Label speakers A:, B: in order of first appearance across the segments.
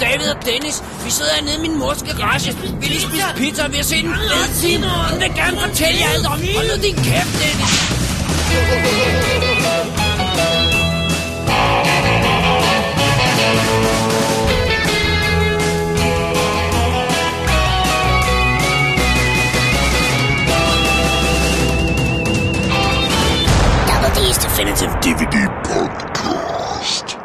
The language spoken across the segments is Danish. A: Dennis. Vi sidder hernede i min mors garage. Vi lige spise pizza, og vi har set en fed time. Hun vil gerne fortælle jer alt om. Hold nu din kæft, Dennis.
B: Double D's Definitive DVD Podcast.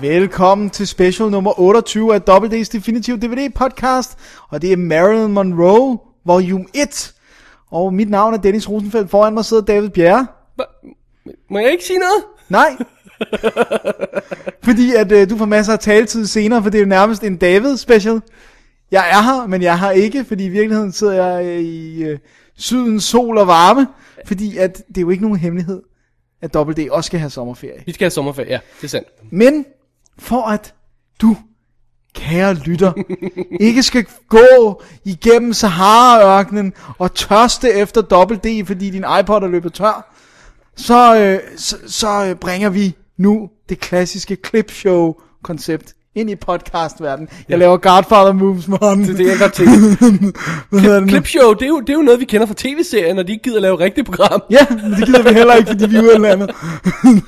C: Velkommen til special nummer 28 af Double D's Definitive DVD podcast, og det er Marilyn Monroe, volume 1. Og mit navn er Dennis Rosenfeldt, foran mig sidder David Bjerre.
D: Må jeg ikke sige noget?
C: Nej! Fordi at øh, du får masser af taletid senere, for det er jo nærmest en David special. Jeg er her, men jeg har ikke, fordi i virkeligheden sidder jeg øh, i øh, sydens sol og varme, fordi at det er jo ikke nogen hemmelighed, at Double D også skal have sommerferie.
D: Vi skal have sommerferie, ja, det er sandt.
C: Men for at du, kære lytter, ikke skal gå igennem Sahara-ørkenen og tørste efter dobbelt D, fordi din iPod er løbet tør, så, øh, så, så øh, bringer vi nu det klassiske clipshow-koncept ind i podcastverdenen. Jeg laver Godfather moves med hånden.
D: Det er det, jeg godt tænker. Clipshow, det er, jo, det er jo noget, vi kender fra tv-serien, når de ikke gider lave rigtigt program.
C: Ja, men det gider vi heller ikke, fordi vi er udlandet.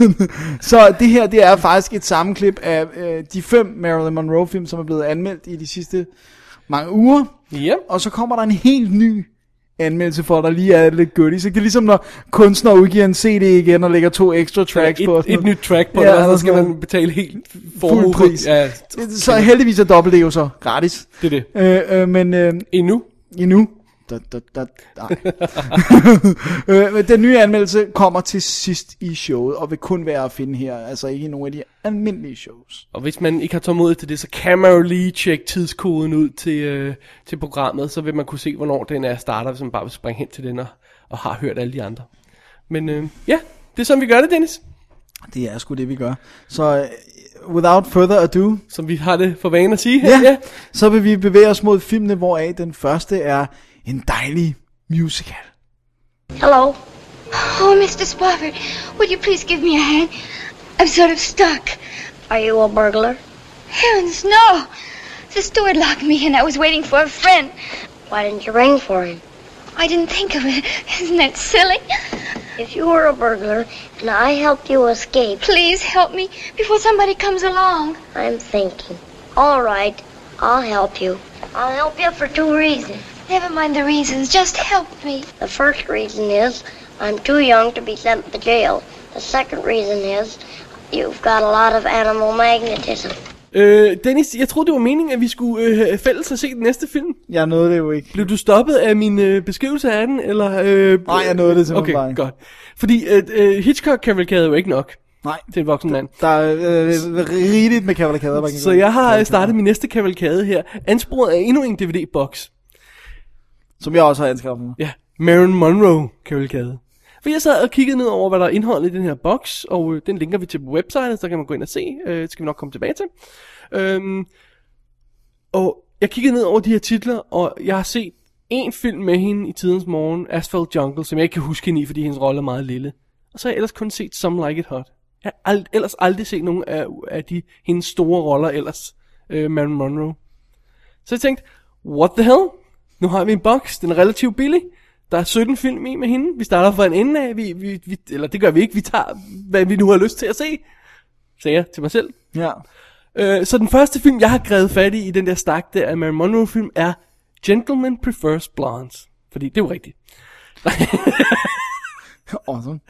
C: så det her, det er faktisk et sammenklip af øh, de fem Marilyn Monroe-film, som er blevet anmeldt i de sidste mange uger.
D: Ja.
C: Og så kommer der en helt ny anmeldelse for, at der lige er lidt goodies. Ikke? Det er ligesom, når kunstnere udgiver en CD igen og lægger to ekstra tracks på. og
D: Et,
C: sådan
D: et
C: noget.
D: nyt track på
C: Ja,
D: ja, det, og
C: eller
D: så skal
C: sådan
D: man betale helt
C: Fuld
D: formue.
C: pris.
D: Ja,
C: Det- Så heldigvis er dobbelt det jo så gratis.
D: det er det.
C: Øh, øh, men øh,
D: Endnu.
C: endnu... Da, da, da, nej. øh, men den nye anmeldelse kommer til sidst i showet, og vil kun være at finde her, altså ikke i nogen af de almindelige shows.
D: Og hvis man ikke har tålmodighed til det, så kan man jo lige tjekke tidskoden ud til, øh, til programmet, så vil man kunne se, hvornår den er starter, hvis man bare vil springe hen til den og, og har hørt alle de andre. Men øh, ja, det er sådan, vi gør det, Dennis.
C: Det er sgu det, vi gør. Så uh, without further ado,
D: Som vi har det for vane at sige her.
C: ja, ja. så vil vi bevæge os mod filmene, hvoraf den første er en dejlig musical.
E: Hello.
F: Oh, Mr. Spofford, would you please give me a hand? I'm sort of stuck.
E: Are you a burglar?
F: Heavens, no! The steward locked me in. I was waiting for a friend.
E: Why didn't you ring for him?
F: I didn't think of it. Isn't that silly?
E: If you were a burglar and I helped you escape,
F: Please help me before somebody comes along.
E: I'm thinking. All right, I'll help you. I'll help you for two reasons.
F: Never mind the reasons. Just help me.
E: The first reason is I'm too young to be sent to jail. The second reason is you've got a lot of animal magnetism.
D: Øh, Dennis, jeg troede, det var meningen, at vi skulle øh, fælles og se den næste film.
C: Jeg nåede det jo ikke.
D: Blev du stoppet af min øh, beskrivelse af den, eller... Øh,
C: Nej, jeg nåede det simpelthen
D: Okay,
C: bare ikke.
D: godt. Fordi øh, øh, Hitchcock kavalkade jo ikke nok
C: Nej,
D: til en voksen mand.
C: der er øh, rigeligt med kavalkader. man kan
D: Så
C: gå i.
D: jeg har øh, startet min næste kavalkade her. Ansporet af endnu en DVD-boks.
C: Som jeg også har anskaffet mig.
D: Ja, Marilyn Monroe kavalkade. For jeg sad og kiggede ned over, hvad der er indholdet i den her boks, og øh, den linker vi til på websitet, så kan man gå ind og se. Øh, det skal vi nok komme tilbage til. Øhm, og jeg kiggede ned over de her titler, og jeg har set en film med hende i tidens morgen, Asphalt Jungle, som jeg ikke kan huske hende i, fordi hendes rolle er meget lille. Og så har jeg ellers kun set Some Like It Hot. Jeg har ald- ellers aldrig set nogen af, af de, hendes store roller ellers, øh, Marilyn Monroe. Så jeg tænkte, what the hell? Nu har vi en boks, den er relativt billig. Der er 17 film i med hende. Vi starter fra en ende af. Vi, vi, vi, eller det gør vi ikke. Vi tager, hvad vi nu har lyst til at se. Sagde jeg til mig selv.
C: Ja.
D: Øh, så den første film, jeg har grevet fat i i den der stak der af Marilyn Monroe-film, er Gentleman Prefers Blondes. Fordi det er jo rigtigt.
C: Awesome.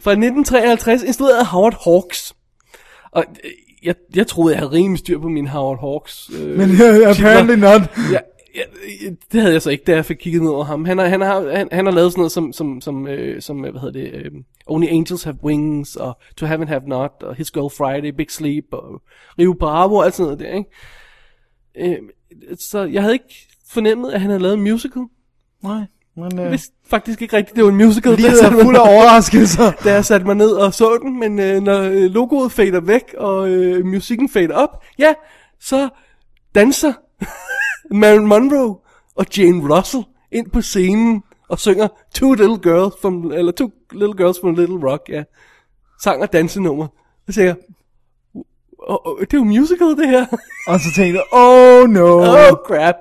D: Fra 1953, instrueret af Howard Hawks. Og øh, jeg, jeg troede, jeg havde rimelig styr på min Howard Hawks. Øh,
C: Men uh, apparently not.
D: ja, ja, ja, det havde jeg så ikke, da jeg fik kigget ned over ham. Han har, han har, han, han har lavet sådan noget som, som, som, øh, som øh, hvad hedder det, øh, Only Angels Have Wings, og To Have and Have Not, og His Girl Friday, Big Sleep, og Rio Bravo, og alt sådan noget der, ikke? Øh, så jeg havde ikke fornemmet, at han havde lavet en musical.
C: Nej, men
D: Jeg
C: øh,
D: vidste faktisk ikke rigtigt, det var en musical. da jeg
C: livet
D: satte
C: er
D: mig
C: fuld af overraskelser.
D: da jeg satte mig ned og så den, men øh, når øh, logoet fader væk, og øh, musikken fader op, ja, så danser Marilyn Monroe og Jane Russell ind på scenen og synger Two Little Girls from, eller Two Little Girls from Little Rock, ja. Sang og dansenummer. Så siger jeg, oh, oh, det er jo musical, det her.
C: Og så tænkte jeg, oh no.
D: oh, crap.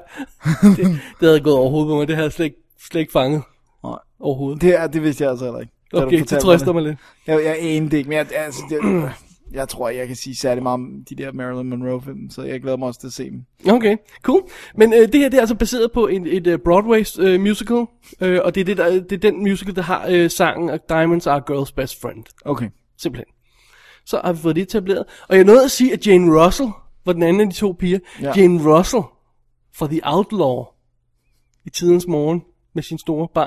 D: det, det havde gået overhovedet på mig, det havde jeg slet ikke, slet ikke fanget.
C: Nej.
D: Overhovedet.
C: Det, er, det vidste jeg altså heller ikke. da du
D: Okay, det
C: fortalte
D: trøster mig lidt.
C: Jeg, jeg anede det ikke, men jeg, altså, jeg, jeg tror ikke, jeg kan sige særlig meget om de der Marilyn Monroe film, så jeg glæder mig også til at se dem.
D: Okay, cool. Men øh, det her det er altså baseret på en, et øh, Broadway øh, musical, øh, og det er, det, der, det er den musical, der har øh, sangen Diamonds Are Girls Best Friend.
C: Okay.
D: Simpelthen. Så har vi fået det etableret. Og jeg nåede at sige, at Jane Russell var den anden af de to piger.
C: Ja.
D: Ja. Jane Russell fra The Outlaw i tidens morgen med sin store bar,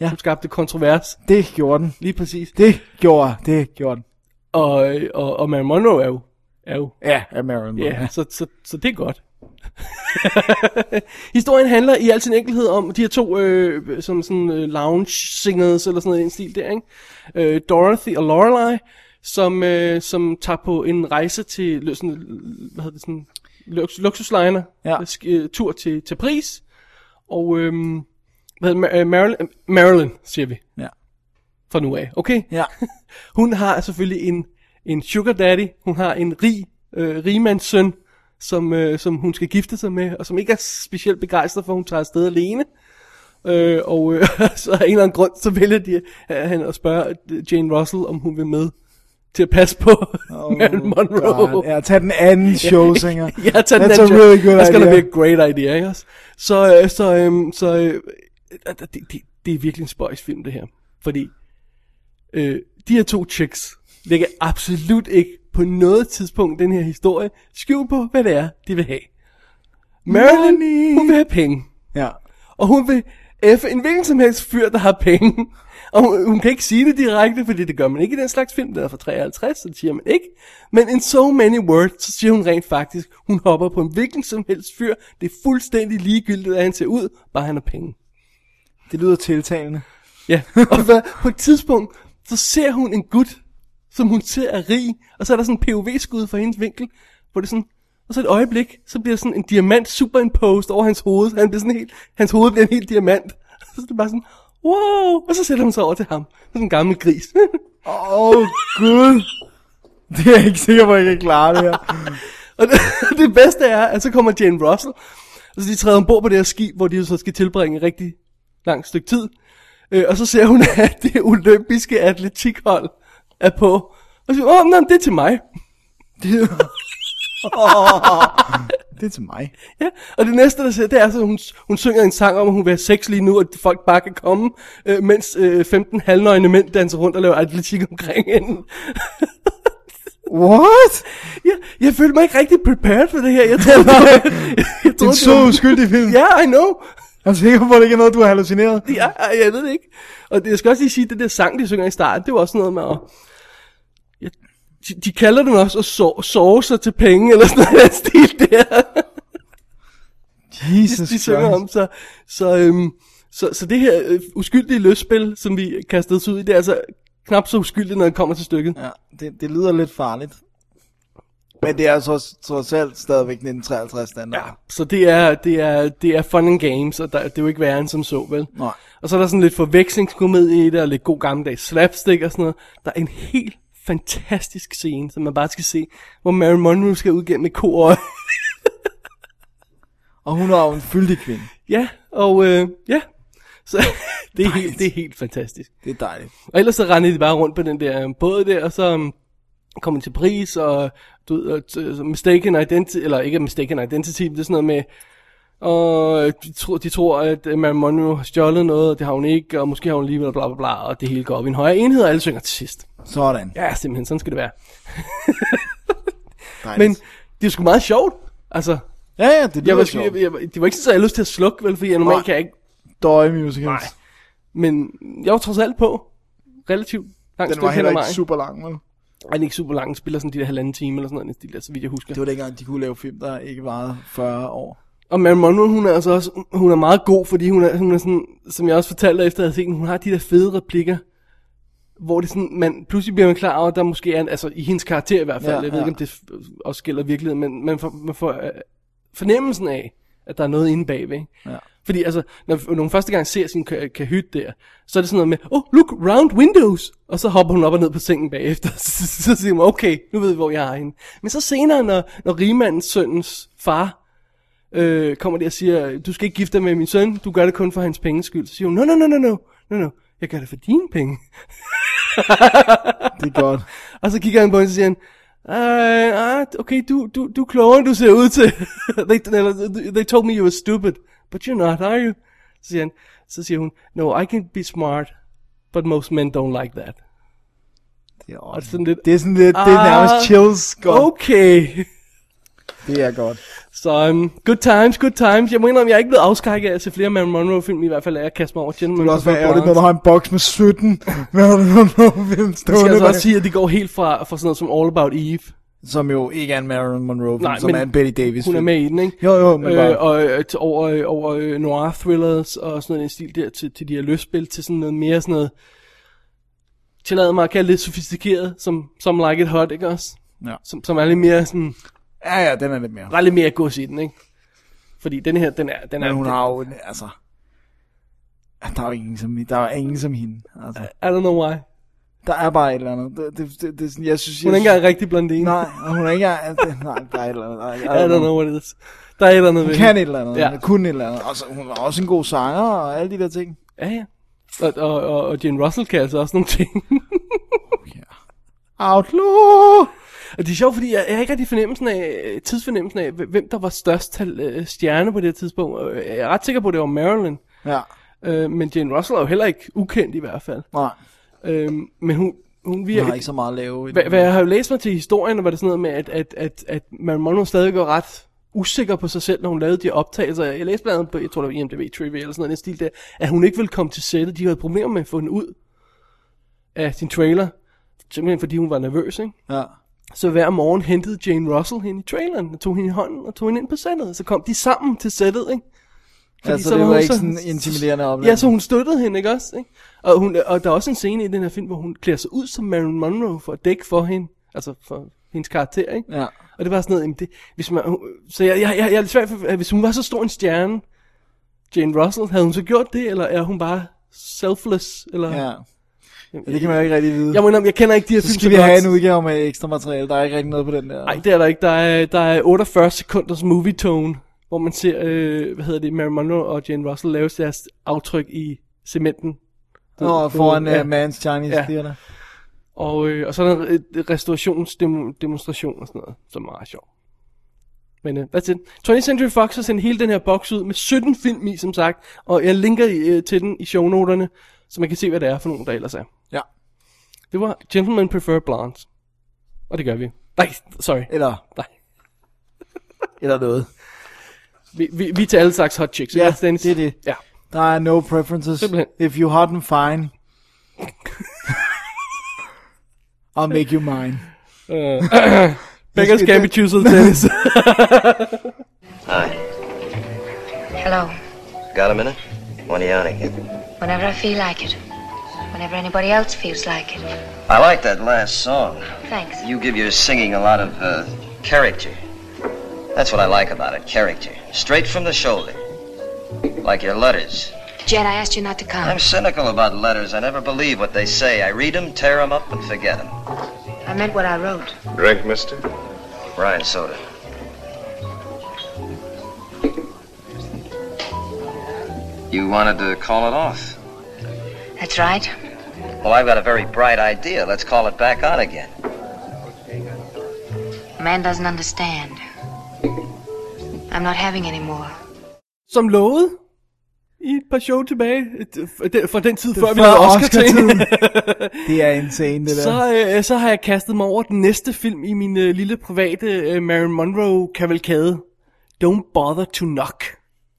C: Ja.
D: ja. som skabte kontrovers.
C: Det gjorde den.
D: Lige præcis.
C: Det gjorde det gjorde den.
D: Og, øh, og, og Marilyn Monroe er jo, er jo
C: Ja, af Marilyn Monroe.
D: Ja, så, så, så det er godt. Historien handler i al sin enkelhed om de her to øh, som sådan øh, lounge singers eller sådan noget i en stil der, ikke? Øh, Dorothy og Lorelai, som øh, som tager på en rejse til lø- sådan, hvad hedder det sådan lux, luksusliner,
C: Ja.
D: Øh, sk- øh, tur til til Paris. Og øhm, hvad hedder det, Ma- øh, Marilyn, øh, Marilyn siger vi.
C: Ja.
D: Fra nu af, okay?
C: Ja.
D: Hun har selvfølgelig en, en sugar daddy. Hun har en rig, øh, rigmandssøn, som, øh, som hun skal gifte sig med, og som ikke er specielt begejstret for, at hun tager afsted alene. Øh, og øh, så af en eller anden grund, så vælger de, øh, han at spørge øh, Jane Russell, om hun vil med til at passe på oh, Marilyn Monroe.
C: God. Ja, tag den anden showsinger.
D: Ja, tag den
C: That's
D: anden
C: a
D: joke.
C: really good
D: That's gonna
C: idea.
D: be a great idea, ikke også? Så, øh, så, øh, så øh, det, det, det er virkelig en spøjs film, det her. Fordi øh, de her to chicks lægger absolut ikke på noget tidspunkt den her historie skjul på, hvad det er, de vil have. Marilyn, hun vil have penge.
C: Ja.
D: Og hun vil F en hvilken som helst fyr, der har penge. Og hun, hun kan ikke sige det direkte, fordi det gør man ikke i den slags film, der er fra 53, så det siger man ikke. Men in so many words, så siger hun rent faktisk, hun hopper på en hvilken som helst fyr. Det er fuldstændig ligegyldigt, hvordan han ser ud, bare han har penge.
C: Det lyder tiltalende.
D: Ja, og hvad, på et tidspunkt, så ser hun en gut, som hun ser er rig, og så er der sådan en POV-skud fra hendes vinkel, hvor det er sådan, og så et øjeblik, så bliver der sådan en diamant superimposed over hans hoved, så han bliver sådan helt, hans hoved bliver en helt diamant. Så er det bare sådan, wow, og så sætter hun sig over til ham, sådan en gammel gris.
C: Åh, oh, gud. Det er jeg ikke sikker på, at jeg kan klare det her.
D: og det, det bedste er, at så kommer Jane Russell, og så de træder ombord på det her skib, hvor de jo så skal tilbringe et rigtig langt stykke tid. Øh, og så ser hun, at det olympiske atletikhold er på. Og så siger, åh, nej, det er til mig.
C: Det, oh, det er til mig.
D: Ja, og det næste, der siger, det er, så, at hun, hun synger en sang om, at hun vil have sex lige nu, og at folk bare kan komme, øh, mens øh, 15 halvnøgne mænd danser rundt og laver atletik omkring hende.
C: What?
D: Ja, jeg følte mig ikke rigtig prepared for det her. Jeg troede, jeg
C: Det er en så
D: var-
C: uskyldig film.
D: Ja, yeah, I know.
C: Jeg er sikker på, at det ikke er noget, du har hallucineret.
D: Ja, jeg ved det ikke. Og det, jeg skal også lige sige, at det der sang, de synger i starten, det var også noget med at... Ja, de, de kalder den også at sove, sove sig til penge, eller sådan noget i den stil der.
C: Jesus
D: de synger
C: Christ.
D: om. Så, så, øhm, så, så det her øh, uskyldige løsspil, som vi kastede os ud i, det er altså knap så uskyldigt, når det kommer til stykket.
C: Ja, det, det lyder lidt farligt. Men det er altså også trods alt stadigvæk 1953 standard. Ja.
D: Så det er, det er, det er fun and games, og der, det er jo ikke værre end som så, vel?
C: Nej.
D: Og så er der sådan lidt forvekslingskomedie i det, og lidt god gammeldags slapstick og sådan noget. Der er en helt fantastisk scene, som man bare skal se, hvor Marilyn Monroe skal ud gennem et koøje.
C: Og hun er jo en fyldig kvinde.
D: ja, og øh, ja. Så det er, helt, det er helt fantastisk.
C: Det er dejligt.
D: Og ellers så rendte de bare rundt på den der øh, båd der, og så um, kom de til Paris, og du ved, og t- så mistaken identity, eller ikke mistaken identity, men det er sådan noget med, og øh, de tror, de tror at øh, Marilyn Monroe har stjålet noget, og det har hun ikke, og måske har hun alligevel, bla bla bla, og det hele går op i en højere enhed, og alle synger til sidst.
C: Sådan.
D: Ja, simpelthen, sådan skal det være. Men
C: Dejligt.
D: det er sgu meget sjovt. Altså,
C: ja, ja, det
D: jeg
C: lyder
D: var, jeg,
C: sjovt.
D: jeg, jeg, det var ikke sådan, at jeg havde lyst til at slukke, vel, fordi jeg
C: Nej.
D: normalt kan jeg ikke,
C: Døje musicals.
D: Nej. men jeg var trods alt på, relativt langt
C: Den var Altså,
D: stykke hen
C: heller
D: ad
C: ikke
D: vejen.
C: super lang, vel?
D: Ej, den er ikke super lang. Den spiller sådan de der halvanden time eller sådan noget, i den stil der, så vidt jeg husker.
C: Det var dengang, de kunne lave film, der ikke varede 40 år.
D: Og Marilyn Monroe, hun er altså også, hun er meget god, fordi hun er, hun er sådan, som jeg også fortalte dig efter, at jeg havde set den, hun har de der fede replikker, hvor det sådan, man, pludselig bliver man klar over, at der måske er, en, altså i hendes karakter i hvert fald,
C: Ja,
D: ja, jeg ved
C: ja.
D: ikke, om det f- også gælder virkeligheden, men man får, man får øh, fornemmelsen af, at der er noget inde bagved. Ja. Fordi altså, når, når hun første gang ser sin ka- kahyt der, så er det sådan noget med, oh, look, round windows! Og så hopper hun op og ned på sengen bagefter. så, så siger hun, okay, nu ved vi, hvor jeg har hende. Men så senere, når, når rigmandens søndens far øh, kommer der og siger, du skal ikke gifte dig med min søn, du gør det kun for hans penges skyld. Så siger hun, no, no, no, no, no, no, no, jeg gør det for dine penge.
C: Det er godt.
D: Og så kigger han på hende og siger, han, "Øh, ah, okay, du, du, du er klogere, end du ser ud til. they, they, they told me you were stupid, but you're not, are you? Så siger, han, så siger hun, no, I can be smart, but most men don't like that.
C: Det er,
D: Og
C: også,
D: sådan lidt,
C: det er sådan lidt, det er nærmest
D: Ah,
C: chills godt.
D: okay.
C: Det er godt.
D: Så um, good times, good times. Jeg må indrømme, jeg er ikke blevet afskrækket af at se flere Marilyn Monroe-film, i hvert fald af at kaste mig over Gentleman.
C: Det vil også være ærgerligt, når
D: Bronze.
C: du har en boks med 17. Men Monroe-film
D: Jeg skal
C: stående
D: altså
C: der.
D: også sige, at de går helt fra, fra sådan noget som All About Eve.
C: Som jo ikke er en Marilyn Monroe,
D: Nej,
C: Nej, som
D: men
C: er en Betty Davis.
D: Hun er med i den, ikke?
C: Jo, jo, men bare-
D: øh, og øh, t- over, øh, over øh, noir thrillers og sådan noget i den stil der til, til de her løsspil, til sådan noget mere sådan noget, tillad mig at kalde det sofistikeret, som, som Like It Hot, ikke også?
C: Ja.
D: Som, som er lidt mere sådan,
C: Ja, ja, den er lidt mere.
D: der er lidt mere gods i den, ikke? Fordi den her, den er... Den er
C: Men hun
D: den,
C: har jo, en- altså... ja, Der er jo ingen som, der er ingen som hende. Altså,
D: I don't know why.
C: der er bare et eller andet. Det, det, det, det er sådan, jeg synes...
D: Hun er
C: jeg
D: ikke engang rigtig blondine.
C: Nej, og hun er ikke engang... det- Nej, der er et eller andet. Nej,
D: I don't know what it is. Der er et eller andet
C: Hun
D: ved
C: kan
D: hende.
C: et eller andet.
D: Ja.
C: Ja. Kun et eller andet. Og så, hun er også en god sanger og alle de der ting.
D: Ja, ja. Og, og, og, og Jane Russell kan altså også nogle ting.
C: Outlaw!
D: Og det er sjovt, fordi jeg, jeg har ikke rigtig fornemmelsen af, øh, tidsfornemmelsen af, hvem hvem der var størst tal, øh, stjerne på det her tidspunkt. Øh, Jeg er ret sikker på, at det var Marilyn.
C: Ja,
D: Øh, men Jane Russell er jo heller ikke ukendt i hvert fald.
C: nej.
D: Øh, men hun, hun
C: Hun
D: virker...
C: har ikke så meget at lave. i
D: Hvad,
C: den.
D: hvad jeg har jo læst mig til i historien, var det sådan noget med, at, at, at, at Marilyn Monroe stadig var ret usikker på sig selv, når hun lavede de optagelser. Jeg læste blandt andet på, jeg tror det var IMDb Trivia eller sådan noget i den stil der, at hun ikke ville komme til sættet. De havde problemer med at få hende ud af sin trailer. Simpelthen fordi hun var nervøs, ikke?
C: Ja.
D: Så hver morgen hentede Jane Russell hende i traileren, og tog hende i hånden og tog hende ind på sættet. Så kom de sammen til sættet, ikke?
C: Fordi altså,
D: så
C: det
D: var
C: var
D: hun
C: ikke
D: så-
C: sådan en intimiderende oplevelse.
D: Ja, så hun støttede hende, ikke også? Ikke? Og, hun, og der er også en scene i den her film, hvor hun klæder sig ud som Marilyn Monroe for at dække for hende. Altså for hendes karakter, ikke?
C: Ja.
D: Og det var sådan noget, jamen det, hvis man, hun- så jeg, jeg, jeg, jeg er lidt svært for, at hvis hun var så stor en stjerne, Jane Russell, havde hun så gjort det, eller er hun bare selfless, eller...
C: ja. ja. det kan man jo ikke rigtig vide.
D: Jeg må indrømme, jeg kender ikke de her
C: så
D: film
C: skal vi
D: godt.
C: have en udgave med ekstra materiale. Der er ikke rigtig noget på den der.
D: Nej, det er der ikke. Der er, der er 48 sekunders movie tone, hvor man ser, øh, hvad hedder det, Mary Monroe og Jane Russell lave deres aftryk i cementen.
C: Nå, foran
D: Ja.
C: uh, Man's Chinese
D: Ja.
C: ja. Theater.
D: Og, øh, og så er der en re- restaurationsdemonstration og sådan noget, som er meget sjovt. Men øh, that's it. 20th Century Fox har sendt hele den her boks ud med 17 film i, som sagt. Og jeg linker øh, til den i shownoterne, så man kan se, hvad det er for nogen, der ellers er.
C: Ja.
D: Det var Gentlemen Prefer Blondes. Og det gør vi. Nej, sorry.
C: Eller,
D: Nej.
C: eller noget.
D: Vi, vi, vi er til alle slags hot chicks. ikke
C: Ja,
D: også, Dennis?
C: det er det.
D: Ja.
C: Der er no preferences.
D: Simpelthen.
C: If you hot and fine. I'll make you mine.
D: Beggars can't be choosers, Dennis.
G: Hi.
H: Hello.
G: Got a minute? One of you on again.
H: Whenever I feel like it. Whenever anybody else feels like it.
G: I like that last song.
H: Thanks.
G: You give your singing a lot of uh, character. That's what I like about it character. Straight from the shoulder. Like your letters.
H: Jed, I asked you not to come.
G: I'm cynical about letters. I never believe what they say. I read them, tear them up, and forget them.
H: I meant what I wrote.
B: Drink, mister?
G: Ryan Soda. You wanted to call it off.
H: That's right.
G: Well, I've got a very bright idea. Let's call it back on again.
H: A man doesn't understand. I'm not having any more.
D: Som lovet i et par show tilbage, et, f- den- fra den tid, før vi
C: før
D: havde oscar
C: Oscar-tiden.
D: til.
C: Det er insane, det der.
D: så, øh, så har jeg kastet mig over den næste film i min øh, lille private øh, Marilyn Monroe-kavalkade. Don't Bother to Knock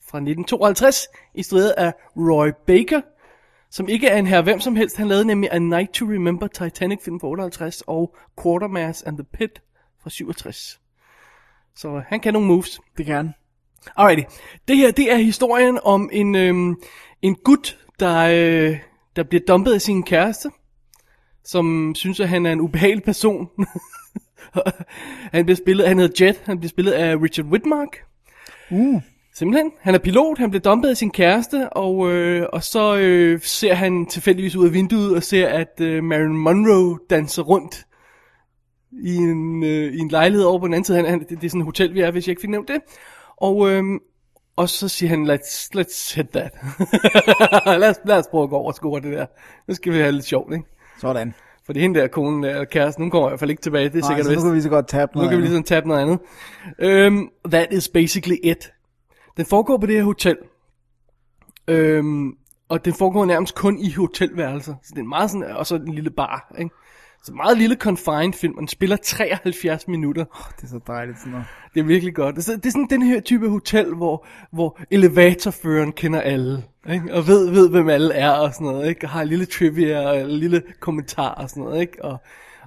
D: fra 1952, instrueret af Roy Baker, som ikke er en her hvem som helst. Han lavede nemlig A Night to Remember Titanic-film fra 58 og Quartermass and the Pit fra 67. Så øh, han kan nogle moves.
C: Det kan han.
D: Alrighty. Det her, det er historien om en, øhm, en gut, der, øh, der bliver dumpet af sin kæreste, som synes, at han er en ubehagelig person. han bliver spillet, han hedder Jet, han bliver spillet af Richard Whitmark. Uh. Simpelthen. Han er pilot, han blev dumpet af sin kæreste, og, øh, og så øh, ser han tilfældigvis ud af vinduet og ser, at øh, Marilyn Monroe danser rundt i en, øh, i en lejlighed over på den anden side. Han, han, det, det er sådan et hotel, vi er, hvis jeg ikke fik nævnt det. Og, øh, og så siger han, let's, let's hit that. lad, os, lad os prøve at gå over og score det der. Nu skal vi have lidt sjovt, ikke?
C: Sådan.
D: For det er hende der, konen der, eller kæresten, hun kommer i hvert fald ikke tilbage, det er
C: Nej,
D: sikkert
C: så nu
D: vist.
C: kan vi lige så godt tabe
D: Nu
C: noget
D: kan vi
C: andet.
D: ligesom tabe noget andet. Øhm, that is basically it. Den foregår på det her hotel. Øhm, og den foregår nærmest kun i hotelværelser. Så det er en meget sådan, og så en lille bar, ikke? Så meget lille confined film, og den spiller 73 minutter.
C: Det er så dejligt sådan noget.
D: Det er virkelig godt. Så det er sådan den her type hotel, hvor, hvor elevatorføreren kender alle, ikke? og ved, ved, hvem alle er og sådan noget, ikke? og har en lille trivia og en lille kommentar og sådan noget. Ikke? Og,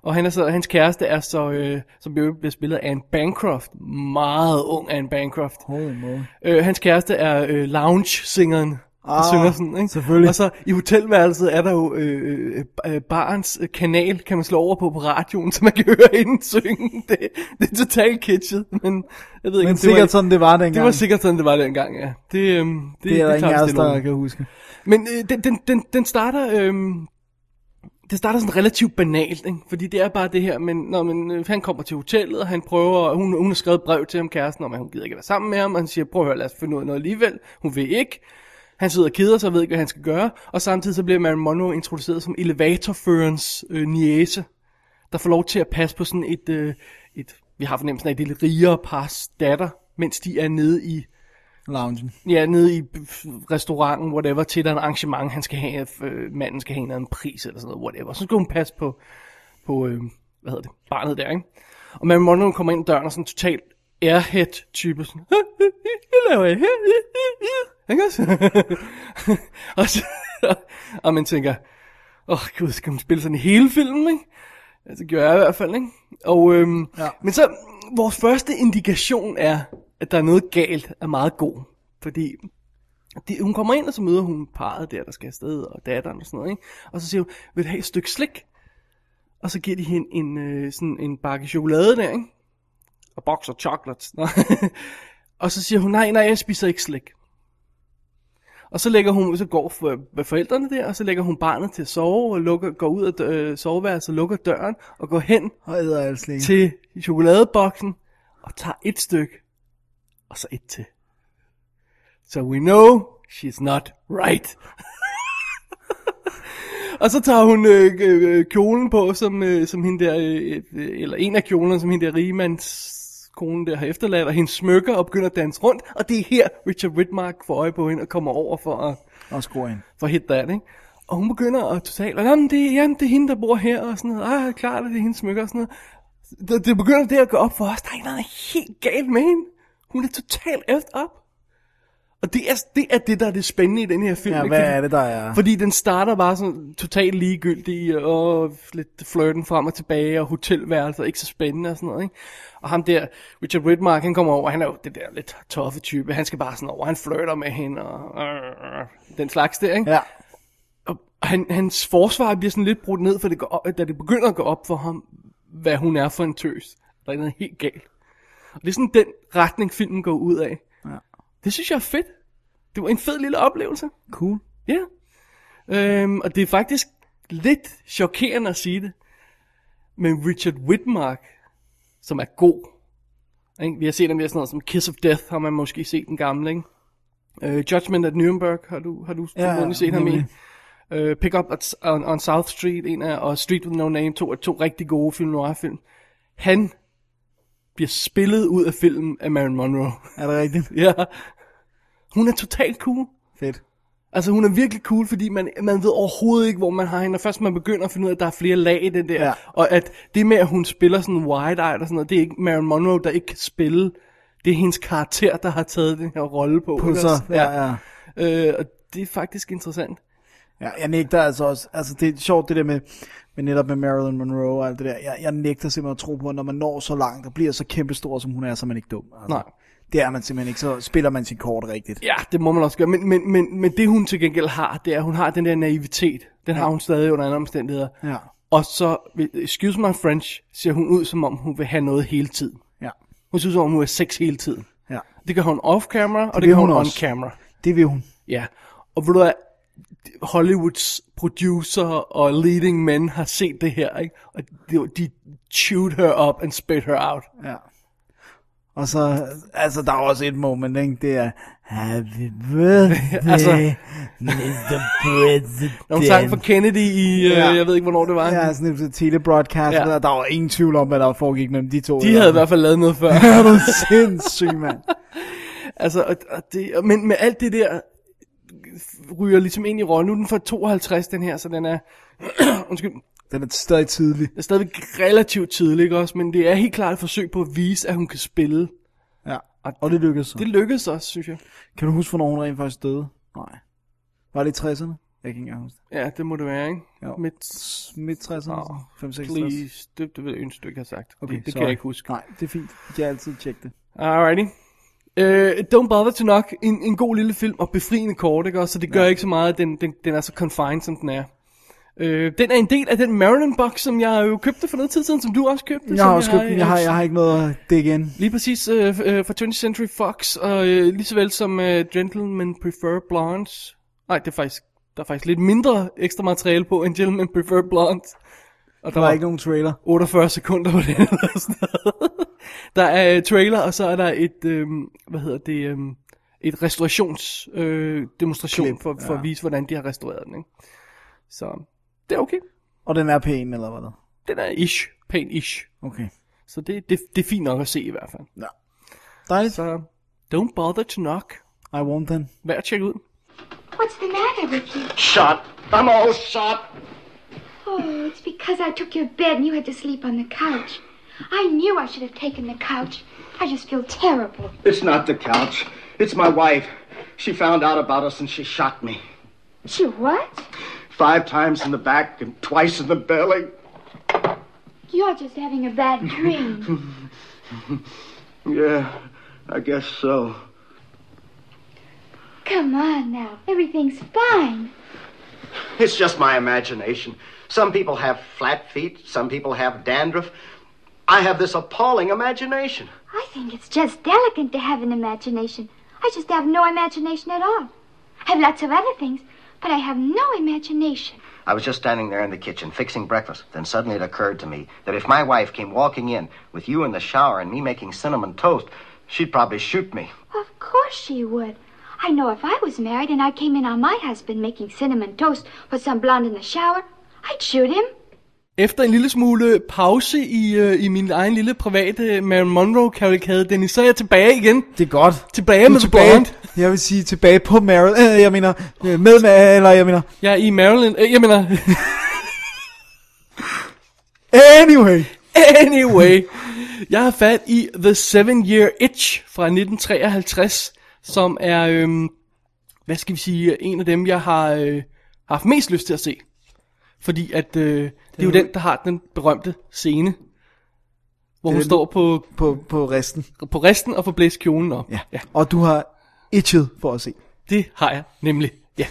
D: og han er så, hans kæreste er så, øh, som bliver bliver spillet af en Bancroft, meget ung af en Bancroft.
C: Holy moly.
D: Øh, hans kæreste er øh, lounge-singeren. Ah,
C: Ah,
D: synger sådan, ikke?
C: selvfølgelig.
D: Og så i hotelværelset er der jo øh, øh, øh, barens øh, kanal, kan man slå over på på radioen, så man kan høre hende synge. Det, det er totalt kitschet, men jeg ved ikke,
C: Men
D: om
C: sikkert
D: det var,
C: sådan, det var dengang.
D: det var sikkert sådan, det var dengang, ja. Det, øh, det,
C: det er der ingen
D: tager vi
C: af os,
D: stille og
C: der
D: roligt.
C: kan huske.
D: Men øh, den, den, den, den starter... Øh, det starter sådan relativt banalt, ikke? fordi det er bare det her, men når man, øh, han kommer til hotellet, og han prøver, hun, hun har skrevet et brev til ham, kæresten, om at hun gider ikke være sammen med ham, og han siger, prøv at høre, lad os finde ud af noget alligevel, hun vil ikke. Han sidder og keder sig og ved ikke, hvad han skal gøre, og samtidig så bliver Marilyn Monroe introduceret som elevatorførens øh, niese, der får lov til at passe på sådan et, øh, et vi har fornemmelsen af, et lidt rigere pars datter, mens de er nede i
C: Loungen.
D: Ja, nede i f- restauranten, whatever, til der er en arrangement, han skal have, øh, manden skal have en eller anden pris eller sådan noget, whatever. Så skal hun passe på, på øh, hvad hedder det, barnet der, ikke? Og Mary Monroe kommer ind døren og sådan totalt airhead-type, sådan, hvad laver jeg her? Ikke også? og, så, og man tænker, åh oh, gud, skal hun spille sådan hele filmen, ikke? Altså, det gjorde jeg i hvert fald, ikke? Og, øhm, ja. Men så, vores første indikation er, at der er noget galt, er meget god. Fordi de, hun kommer ind, og så møder hun parret der, der skal afsted, og datteren og sådan noget, ikke? Og så siger hun, vil du have et stykke slik? Og så giver de hende en, øh, sådan en bakke chokolade der, ikke? Og boxer chocolates. Nå. og så siger hun, nej, nej, jeg spiser ikke slik. Og så, lægger hun, så går for, med forældrene der, og så lægger hun barnet til at sove, og lukker, går ud af dø- øh, soveværelset, lukker døren, og går hen
C: Og æder alt slik.
D: til chokoladeboksen og tager et stykke, og så et til. So we know she's not right. og så tager hun øh, øh, øh, kjolen på, som, øh, som hende der, øh, øh, eller en af kjolerne, som hende der rigemands kone der har efterladt, og hendes smykker og begynder at danse rundt, og det er her Richard Whitmark får øje på hende og kommer over for at
C: Og skruer ind.
D: for hit that, ikke? Og hun begynder at totalt, og jamen, det, jamen, det er hende, der bor her, og sådan noget, ah, klart, at det er hendes smykker, og sådan noget. Det, det begynder det at gå op for os, der er ikke noget helt galt med hende. Hun er totalt efter op. Og det er, det er det, der er det spændende i den her film.
C: Ja,
D: ikke?
C: hvad
D: Fordi-
C: er det, der er?
D: fordi den starter bare sådan totalt ligegyldig, og lidt flirten frem og tilbage, og hotelværelser, ikke så spændende og sådan noget, ikke? Og ham der, Richard Whitmark, han kommer over, han er jo det der lidt toffe type, han skal bare sådan over, han flirter med hende, og øh, den slags der, ikke?
C: Ja.
D: Og han, hans forsvar bliver sådan lidt brudt ned, for det går op, da det begynder at gå op for ham, hvad hun er for en tøs. Der er noget helt galt. Og det er sådan den retning, filmen går ud af. Ja. Det synes jeg er fedt. Det var en fed lille oplevelse.
C: Cool.
D: Ja. Øhm, og det er faktisk lidt chokerende at sige det. Men Richard Whitmark, som er god. Ikke? Vi har set ham i sådan noget som Kiss of Death, har man måske set den gamle. Ikke? Øh, Judgment at Nuremberg, har du, har du
C: Ja,
D: ja, set ham i.
C: nemlig.
D: Øh, Pick Up at, on, on South Street, en af, og Street With No Name, to, to rigtig gode film noir film. Han bliver spillet ud af filmen af Marilyn Monroe.
C: Er det rigtigt?
D: ja. Hun er totalt cool.
C: Fedt.
D: Altså hun er virkelig cool, fordi man, man ved overhovedet ikke, hvor man har hende, og først man begynder at finde ud af, at der er flere lag i det der, ja.
C: Ja.
D: og at det med, at hun spiller sådan wide-eyed og sådan noget, det er ikke Marilyn Monroe, der ikke kan spille, det er hendes karakter, der har taget den her rolle på. ikke
C: Pusser.
D: også?
C: Ja, ja.
D: Øh, og det er faktisk interessant.
C: Ja, jeg nægter altså også, altså det er sjovt det der med, med netop med Marilyn Monroe og alt det der, jeg, jeg nægter simpelthen at tro på, at når man når så langt og bliver så kæmpestor, som hun er, så er man ikke dum. Altså,
D: Nej.
C: Det er man simpelthen ikke, så spiller man sin kort rigtigt.
D: Ja, det må man også gøre, men, men, men, men det hun til gengæld har, det er, at hun har den der naivitet, den har hun stadig under andre omstændigheder.
C: Ja.
D: Og så, excuse my French, ser hun ud, som om hun vil have noget hele tiden.
C: Ja,
D: Hun synes, som om hun er sex hele tiden.
C: Ja.
D: Det gør hun off-camera, og det,
C: vil
D: gør hun,
C: hun
D: hun
C: også.
D: on-camera.
C: Det vil hun.
D: Ja, og ved du hvad, Hollywoods producer og leading men har set det her, ikke? Og de, de chewed her up and spit her out.
C: Ja. Og så, altså, der er også et moment, ikke? Det er, Happy birthday,
D: Altså-
C: Mr. President.
D: Nogle sang for Kennedy i, øh,
C: Ja.
D: jeg ved ikke, hvornår det var.
C: Ja, altså. sådan et telebroadcast,
D: Ja.
C: ja. der var ingen tvivl om, hvad der foregik mellem de to.
D: De havde i hvert fald lavet noget før.
C: Er du sindssyg, mand?
D: altså, og, og det, og- men med alt det der, ryger ligesom ind i rollen. Nu er den fra 52, den her, så den er, undskyld,
C: Den er stadig tidlig.
D: den er stadigvæk relativt tidlig, ikke også? Men det er helt klart et forsøg på at vise, at hun kan spille.
C: Ja. Og det lykkedes så.
D: Det lykkedes også, synes jeg.
C: Kan du huske, hvornår hun rent faktisk døde? Nej. Var det i 60'erne? Jeg kan ikke engang huske det.
D: Ja, det må det være, ikke?
C: Jo.
D: Midt
C: Midt 60'erne?
D: Åh,
C: Oh, 5 60
D: Please, det, det ved jeg ønske, du ikke har sagt.
C: Okay,
D: det det kan
C: sorry.
D: jeg ikke huske.
C: Nej, det er fint. Jeg kan altid tjekke det.
D: Alrighty. Uh, don't bother to knock. En, en god lille film, og befriende kort, ikke også? Så det gør ikke så meget, at den, den, den er så confined, som den er. Uh, den er en del af den Maryland box, som jeg jo købte for noget tid siden, som du også købte.
C: Jeg
D: som
C: har også købt den. Jeg har, jeg har ikke noget at dække ind.
D: Lige præcis uh, uh, fra 20th Century Fox, og uh, lige så vel som uh, Gentlemen Prefer Blondes. Nej, det er faktisk, der er faktisk lidt mindre ekstra materiale på end Gentlemen Prefer Blondes. Og
C: Der var ikke nogen trailer.
D: 48 sekunder på det eller sådan noget. Der er øh, trailer, og så er der et, øhm, hvad hedder det, øhm, et restaurations øh, demonstration
C: Klip,
D: for, for
C: ja.
D: at vise, hvordan de har restaureret den. Ikke? Så det er okay.
C: Og den er pæn, eller hvad der?
D: Den er ish, pæn ish.
C: Okay.
D: Så det, det, det er fint nok at se i hvert fald.
C: Dejligt.
D: Så don't bother to knock.
C: I want den.
D: Værd at tjekke ud.
F: What's the matter with you?
I: Shot. I'm all shot.
F: Oh, it's because I took your bed and you had to sleep on the couch. I knew I should have taken the couch. I just feel terrible.
I: It's not the couch. It's my wife. She found out about us and she shot me.
F: She what?
I: Five times in the back and twice in the belly.
F: You're just having a bad dream.
I: Yeah, I guess so.
F: Come on now. Everything's fine.
I: It's just my imagination. Some people have flat feet, some people have dandruff. I have this appalling imagination.
F: I think it's just delicate to have an imagination. I just have no imagination at all. I have lots of other things, but I have no imagination.
G: I was just standing there in the kitchen fixing breakfast. Then suddenly it occurred to me that if my wife came walking in with you in the shower and me making cinnamon toast, she'd probably shoot me.
F: Of course she would. I know if I was married and I came in on my husband making cinnamon toast with some blonde in the shower, I'd shoot him.
D: Efter en lille smule pause i, øh, i min egen lille private øh, Marilyn Monroe-kavalkade, Dennis, så er jeg tilbage igen.
C: Det er godt.
D: Tilbage med The Bond.
C: Jeg vil sige tilbage på Meryl. Øh, jeg mener, øh, med, med eller jeg mener.
D: Jeg er i Maryland. Øh, jeg mener,
C: Anyway.
D: Anyway, jeg har fat i The Seven Year Itch fra 1953, som er, øhm, hvad skal vi sige, en af dem, jeg har øh, haft mest lyst til at se. Fordi at, øh, det, er jo den, der har den berømte scene, hvor hun
C: den-
D: står på,
C: På, på resten.
D: på resten og får blæst kjolen op.
C: Ja. ja. Og du har itchet for at se.
D: Det har jeg nemlig, ja.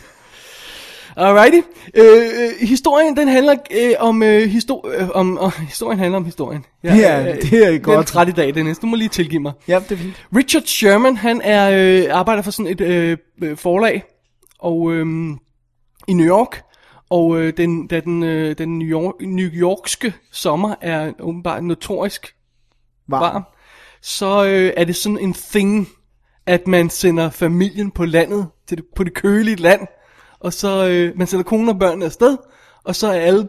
D: Alrighty. Øh, øh, historien, den handler øh, om, øh, histo- øh, om, om, historien handler om historien. Jeg,
C: Det er- det er
D: Jeg er
C: godt.
D: træt i dag, Dennis. Du må lige tilgive mig.
C: Ja, det er fint.
D: Richard Sherman, han er øh, arbejder for sådan et øh, øh, forlag og øh, i New York. Og øh, den, da den, øh, den New, York, New Yorkske sommer er åbenbart notorisk
C: Varm.
D: varm, så øh, er det sådan en thing, at man sender familien på landet, til det, på det kølige land, og så øh, man sender konen og børnene afsted, og så er alle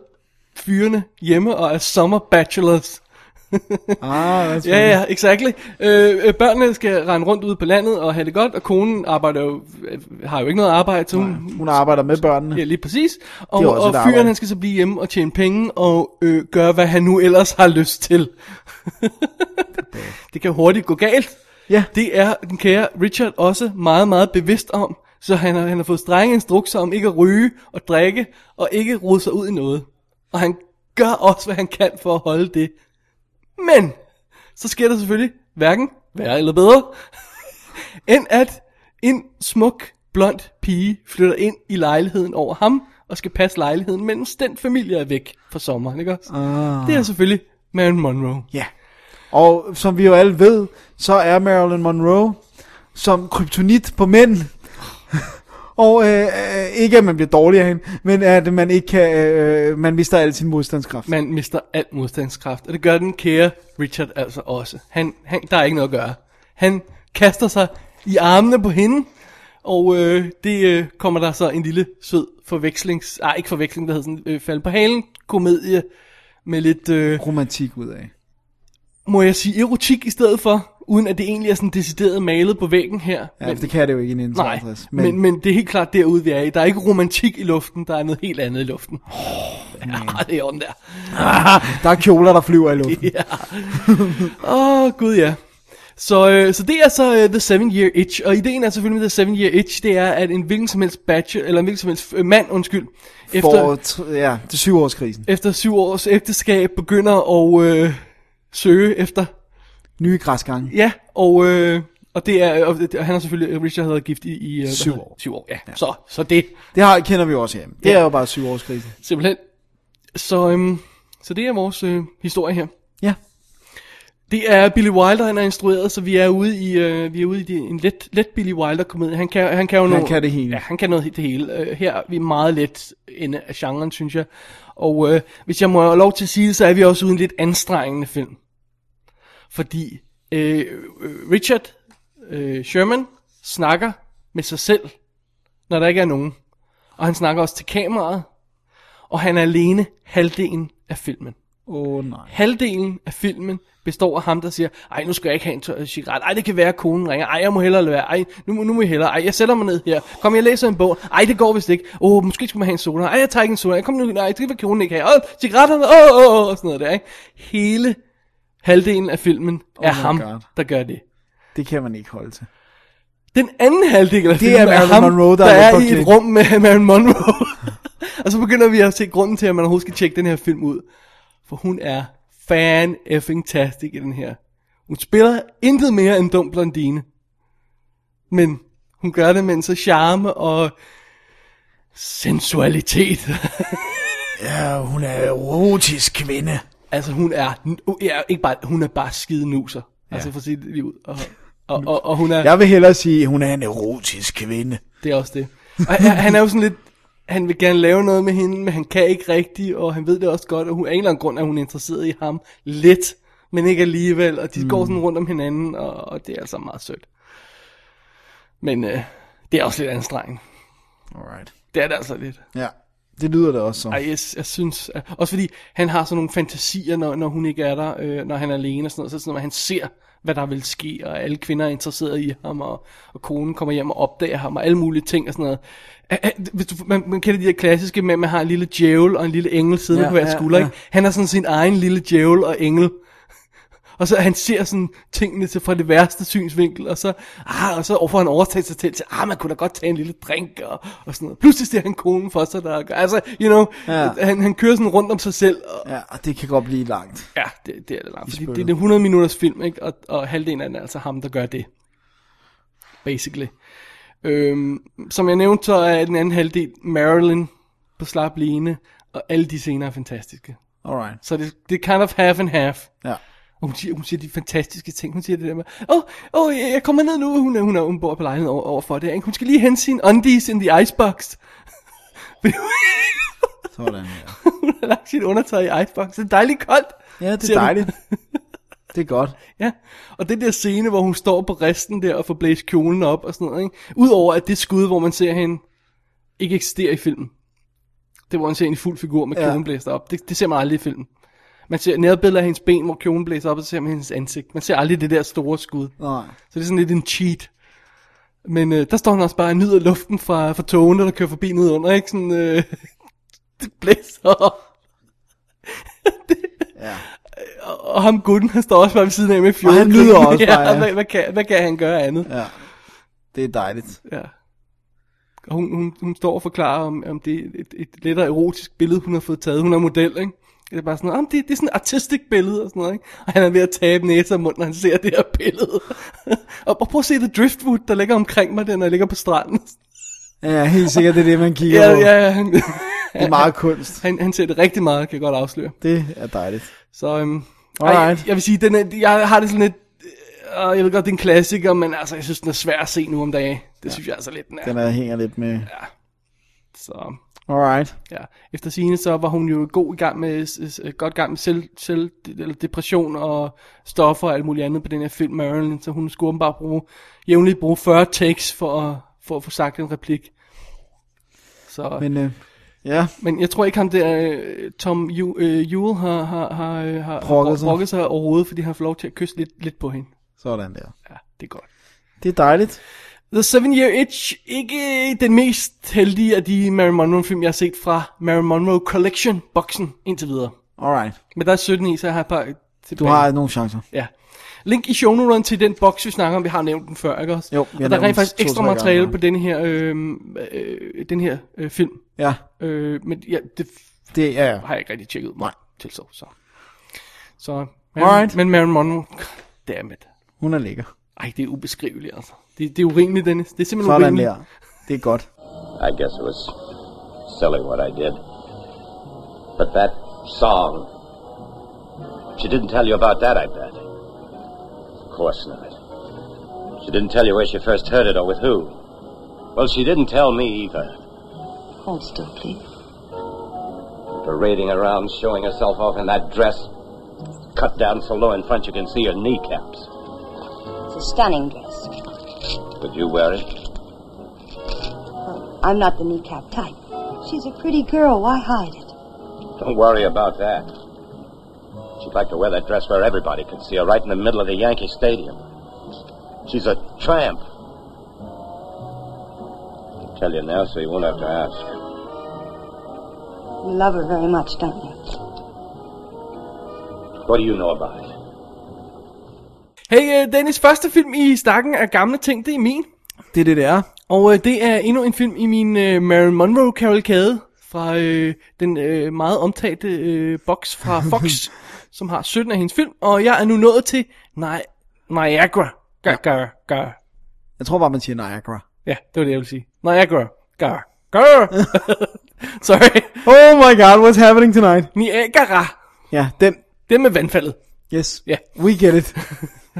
D: fyrene hjemme og er summer bachelors.
C: Ah, that's
D: Ja, ja, exactly. Øh, øh, børnene skal rende rundt ude på landet og have det godt, og konen arbejder jo, øh, har jo ikke noget arbejde, så hun,
C: Hun arbejder med børnene.
D: Ja, lige præcis. Og,
C: Det er også et
D: og fyren
C: arbejde.
D: han skal så blive hjemme og tjene penge og øh, gøre, hvad han nu ellers har lyst til. det kan hurtigt gå galt.
C: Ja.
D: Det er den kære Richard også meget, meget bevidst om. Så han har, han har fået strenge instrukser om ikke at ryge og drikke og ikke rode sig ud i noget. Og han gør også, hvad han kan for at holde det. Men så sker der selvfølgelig hverken værre eller bedre, end at en smuk, blond pige flytter ind i lejligheden over ham, og skal passe lejligheden, mens den familie er væk for sommeren, ikke også? Ah. Det er selvfølgelig Marilyn Monroe.
C: Ja. Og som vi jo alle ved, så er Marilyn Monroe som kryptonit på mænd. Og øh, øh, ikke at man bliver dårlig af hende, men at man ikke kan, øh, man mister al sin modstandskraft.
D: Man mister al modstandskraft, og det gør den kære Richard altså også. Han, han, der er ikke noget at gøre. Han kaster sig i armene på hende, og øh, det øh, kommer der så en lille sød forvekslings... Ah, ikke forveksling, der hedder sådan øh, fald på halen, komedie med lidt, øh,
C: Romantik ud af.
D: må jeg sige, erotik i stedet for, uden at det egentlig er sådan decideret malet på væggen her.
C: Ja, men, det kan det jo ikke i
D: Nej,
C: 1952.
D: men, men, men det er helt klart derude, vi er i. Der er ikke romantik i luften, der er noget helt andet i luften. Oh, ja, det er ånden der.
C: Der er kjoler, der flyver i luften.
D: Åh, oh, gud ja. Så, øh, så det er så øh, The Seven Year Itch, og ideen er selvfølgelig med The Seven Year Itch, det er, at en hvilken som helst bachelor, eller en hvilken som helst øh, mand, undskyld,
C: For,
D: efter,
C: tr- ja, til syvårskrisen.
D: efter syv års ægteskab begynder at øh, søge efter,
C: Nye græsgange.
D: ja, og, øh, og det er, og, det- og han har selvfølgelig, Richard har været gift i, i øh, hvad
C: Syv
D: hedder det?
C: år.
D: Syv år, ja. ja. Så, så det,
C: Det har, kender vi jo også hjemme. Det
D: Ja.
C: er jo bare syvårskrisen.
D: simpelthen. Så, øhm, så det er vores øh, historie her.
C: Ja.
D: Det er Billy Wilder, han har instrueret, så vi er ude i, øh, vi er ude i de, en let, let Billy Wilder-komedie. Han kan, han kan jo
C: Han
D: nogle,
C: kan det hele.
D: Ja, han kan noget helt det hele. Øh, her er vi meget let inde af genren, synes jeg. Og øh, hvis jeg må have lov til at sige det, så er vi også ude i en lidt anstrengende film. Fordi øh, øh, Richard øh, Sherman snakker med sig selv, når der ikke er nogen. Og han snakker også til kameraet. Og han er alene halvdelen af filmen
C: Åh oh, nej.
D: halvdelen af filmen består af ham, der siger, ej, nu skal jeg ikke have en tør- cigaret, ej, det kan være, at konen ringer, ej, jeg må hellere lade være, ej, nu, må- nu må jeg hellere, ej, jeg sætter mig ned her, kom, jeg læser en bog, ej, det går vist ikke, åh, oh, måske skulle man have en soda, ej, jeg tager ikke en soda, kom nu, nej, det vil konen ikke have, åh, cigaretterne, åh, åh, åh, og sådan noget der, ikke? Hele halvdelen af filmen er
C: Oh my
D: ham,
C: God.
D: der gør det.
C: Det kan man ikke holde til.
D: Den anden halvdel af
C: Det er
D: filmen er,
C: Marilyn
D: ham,
C: Monroe, der
D: der
C: er
D: er
C: lidt
D: i et
C: forklædt.
D: rum med Marilyn Monroe. og så begynder vi at se grunden til, at man overhovedet skal tjekke den her film ud. For hun er fan effing tastic i den her. Hun spiller intet mere end dum blondine. Men hun gør det med en så charme og sensualitet.
C: Ja, hun er erotisk kvinde.
D: altså hun er, ja, ikke bare, hun er bare skide nuser. Ja. Altså for sit liv. ud. Og, og, og, og hun er...
C: Jeg vil hellere sige, at hun er en erotisk kvinde.
D: Det er også det. Og han- han er jo sådan lidt, han vil gerne lave noget med hende, men han kan ikke rigtigt, og han ved det også godt, og hun, af en eller anden grund er hun interesseret i ham lidt, men ikke alligevel, og de mm. går sådan rundt om hinanden, og, og det er altså meget sødt. Men øh, det er også lidt anstrengende.
C: Alright.
D: Det er det altså lidt.
C: Ja, det lyder det også som.
D: Ej, jeg, jeg synes... at- Også fordi han har sådan nogle fantasier, når, når hun ikke er der, øh, når han er alene og sådan noget. Så er det sådan, noget, at han ser, hvad der vil ske, og alle kvinder er interesserede i ham, og, og konen kommer hjem og opdager ham, og alle mulige ting og sådan noget. Æ, æ, Hvis du, man, man kender de der klassiske med, at man har en lille djævel og en lille engel siddende
C: Ja,
D: ja, på hver
C: ja,
D: skulder,
C: ja.
D: ja. ikke? Han har sådan sin egen lille djævel og engel. Og så han ser sådan tingene til fra det værste synsvinkel, og så, ah, og så overfor han overtaget sig til, til, ah, man kunne da godt tage en lille drink, og, og sådan noget. Pludselig ser han konen for sig, der gør, altså, you know,
C: Ja.
D: ja. han, han kører sådan rundt om sig selv, og
C: Ja, og det kan godt blive langt.
D: ja, det, det er det langt, fordi det er
C: spyttet.
D: en 100 minutters film, ikke? Og, og halvdelen af den er altså ham, der gør det, basically. Øhm, som jeg nævnte, så er den anden halvdel Marilyn på slap line, og alle de scener er fantastiske.
C: Alright.
D: Så det, det er kind of half and half.
C: Ja.
D: Og hun siger, hun siger de fantastiske ting. Hun siger det der med, åh, oh, oh, jeg jeg kommer ned nu. Hun, er- hun, er, hun bor på lejligheden over, overfor det. Ikke? Hun skal lige hente sin undies in the icebox.
C: Sådan her.
D: hun har lagt sit undertøj i icebox. Det er dejligt koldt.
C: Ja, det
D: siger
C: er
D: hun.
C: dejligt. Det er godt.
D: Ja, og den der scene, hvor hun står på resten der og får blæst kjolen op og sådan noget, ikke? Udover at det skud, hvor man ser hende, ikke eksisterer i filmen. Det hvor man ser hende i fuld figur med
C: Ja.
D: kjolen blæst op. Det, det ser man aldrig i filmen. Man ser nærbilleder af hendes ben, hvor kjolen blæser op, og så ser man hendes ansigt. Man ser aldrig det der store skud.
C: Nej.
D: Så det er sådan lidt en cheat. Men øh, der står han også bare og nyder luften fra, fra togene, der kører forbi ned under, ikke? Sådan, øh, det blæser op.
C: Ja.
D: Og, og ham gutten, han står også bare ved siden af med
C: Og
D: fjorden.
C: han nyder også bare, ja.
D: ja. Hvad, hvad, kan, hvad kan han gøre andet?
C: Ja. Det er dejligt.
D: Ja. Og hun, hun, hun står og forklarer, om, om det er et, et lettere erotisk billede, hun har fået taget. Hun er model, ikke? Det er bare sådan, om det, det er sådan et artistisk billede og sådan noget, ikke? Og han er ved at tabe næse og mund, når han ser det her billede. og, og prøv at se det driftwood, der ligger omkring mig, der, når jeg ligger på stranden.
C: Ja, helt sikkert, det er det, man kigger
D: ja,
C: på.
D: ja, ja. Han,
C: Det er meget kunst.
D: han, han ser det rigtig meget, kan jeg godt afsløre.
C: Det er dejligt.
D: Så øhm,
C: Alright.
D: Ej, jeg vil sige, den er, jeg har det sådan lidt... Øh, jeg ved godt, det er en klassiker, men altså, jeg synes, den er svær at se nu om dagen. Det ja. synes jeg altså lidt, den er.
C: Den er, hænger lidt med...
D: Så,
C: Alright.
D: ja. Efter sine så var hun jo god i gang med, s- s- godt i gang med selv, selv, eller depression og stoffer og alt muligt andet på den her film Marilyn, så hun skulle åbenbart bruge, jævnligt bruge 40 takes for at, for at få sagt en replik. Så, men,
C: Men øh, ja,
D: men jeg tror ikke ham der, øh, Tom Ju- øh, Ewell har, har, har, øh, har
C: Brokket sig.
D: brokket sig overhovedet, fordi han får lov til at kysse lidt, lidt på hende.
C: sådan der.
D: Ja, det er godt.
C: Det er dejligt.
D: The Seven Year Itch, ikke den mest heldige af de Marilyn Monroe film, jeg har set fra Marilyn Monroe Collection boksen indtil videre.
C: Alright.
D: Men der er 17 i, så jeg har et par
C: Du
D: tilbage.
C: har nogle chancer.
D: Ja. Link i shownoteren til den boks, vi snakker om. Vi har nævnt den før, ikke også?
C: Jo, vi har
D: og der er
C: nævnt
D: rent faktisk
C: den
D: ekstra
C: to-tre
D: materiale
C: gange.
D: på den her, øh, øh, den her øh, film.
C: Ja,
D: Øh, men ja, det f-
C: det er...
D: har jeg ikke rigtig tjekket mig til så. Så, så
C: Alright.
D: men, men Marilyn Monroe, dammit.
C: Hun er lækker.
D: Ej, det er ubeskriveligt, altså. Det, det er urimeligt, Dennis. Det er simpelthen
C: Sådan
D: urimeligt.
C: der. Det er godt.
B: I guess it was silly what I did. But that song. She didn't tell you about that, I bet. Of course not. She didn't tell you where she first heard it or with who. Well, she didn't tell me either.
H: Hold still, please.
B: Parading around, showing herself off in that dress. Cut down so low in front you can see her kneecaps.
H: It's a stunning dress.
B: Would you wear it?
H: I'm not the kneecap type. She's a pretty girl. Why hide it?
B: Don't worry about that. She'd like to wear that dress where everybody can see her, right in the middle of the Yankee Stadium. She's a tramp. I'll tell you now so you won't have to ask.
H: You love her very much, don't you?
B: What do you know about it?
D: Hey, øh, Dennis, første film i stakken af gamle ting, det er min.
C: Det er det, det er.
D: Og øh, det er endnu en film i min øh, Marilyn Monroe kavalkade fra øh, den øh, meget omtalte øh, box fra Fox, som har 17 af hendes film. Og jeg er nu nået til Ni- Niagara. Gar, gar, gar.
C: Jeg tror bare, man siger Niagara.
D: Ja, det var det, jeg ville sige. Niagara. Gar, gar. Sorry.
C: Oh my god, what's happening tonight?
D: Niagara.
C: Ja, den.
D: Den med vandfaldet.
C: Yes.
D: Ja.
C: We get it.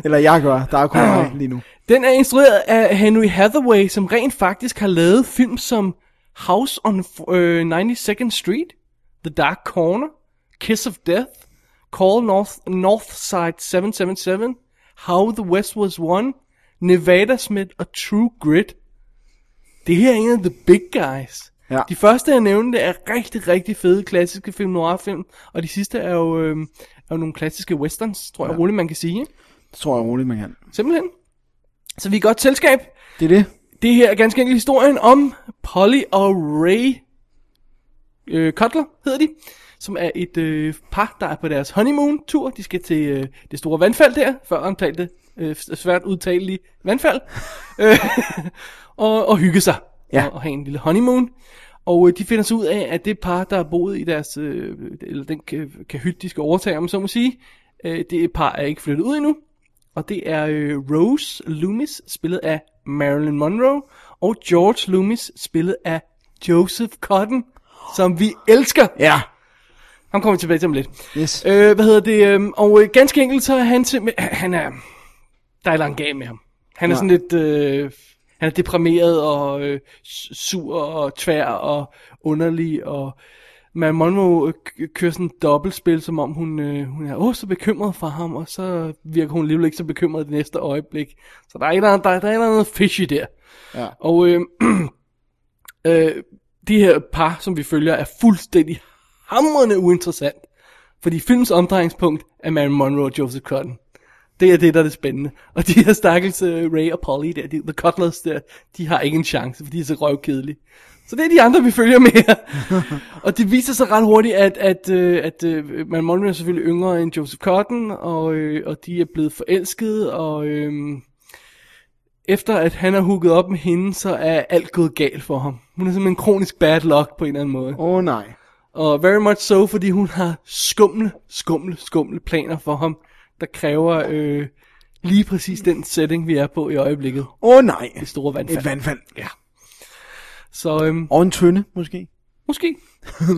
C: Eller jeg gør. Der er kun mig lige nu.
D: Den er instrueret af Henry Hathaway, som rent faktisk har lavet film som House on øh, 92nd Street, The Dark Corner, Kiss of Death, Call North, Northside 777, How the West Was Won, Nevada Smith og True Grit. Det her er en af the big guys.
C: Ja.
D: De første, jeg nævnte, er rigtig, rigtig fede klassiske film, noir-film, og de sidste er jo, øh, er jo nogle klassiske westerns, tror jeg ja. roligt, man kan sige. ikke?
C: Det tror jeg roligt, man kan.
D: Simpelthen. Så vi er i godt selskab.
C: Det er det.
D: Det her er ganske enkelt historien om Polly og Ray øh, Cutler, hedder de, som er et øh, par, der er på deres honeymoon-tur. De skal til øh, det store vandfald der, før omtalte, øh, svært udtalelige vandfald, øh, og, og hygge sig
C: Ja.
D: og, og have en lille honeymoon. Og øh, de finder så ud af, at det par, der har boet i deres, øh, eller den ka- kahyt, de skal overtage, om man så må sige, øh, det par er ikke flyttet ud endnu. Og det er øh, Rose Loomis, spillet af Marilyn Monroe, og George Loomis, spillet af Joseph Cotton, som vi elsker.
C: Ja.
D: Han kommer vi tilbage til om lidt.
C: Yes.
D: Øh, hvad hedder det? Øh, og øh, ganske enkelt, så er han til, han er, der er langt galt med ham. Han er
C: Ja.
D: sådan lidt, øh, han er deprimeret og øh, s- sur og tvær og underlig og Marilyn Monroe øh, k- kører sådan et dobbeltspil, som om hun, øh, hun er åh, så bekymret for ham, og så virker hun alligevel ikke så bekymret det næste øjeblik. Så der er et eller andet, der, er- der er et eller andet fishy der.
C: Ja.
D: Og øh, øh, de her par, som vi følger, er fuldstændig hamrende uinteressant. Fordi filmens omdrejningspunkt er Marilyn Monroe og Joseph Cotton. Det er det, der er det spændende. Og de her stakkels øh, Ray og Polly der, de, The Cutlers der, de har ikke en chance, fordi de er så røvkedelige. Så det er de andre, vi følger med her. og det viser sig ret hurtigt, at, at, øh, at øh, Marilyn Monroe er selvfølgelig yngre end Joseph Cotton, og, øh, og de er blevet forelskede, og... Øh, efter at han er hooket op med hende, så er alt gået galt for ham. Hun er simpelthen kronisk bad luck på en eller anden måde.
C: Åh oh, nej.
D: Og very much so, fordi hun har skumle, skumle, skumle planer for ham, der kræver øh, lige præcis den setting, vi er på i øjeblikket.
C: Åh oh, nej.
D: Det store vandfald.
C: Et vandfald. Ja.
D: Så øhm,
C: Og en tønde, måske.
D: måske.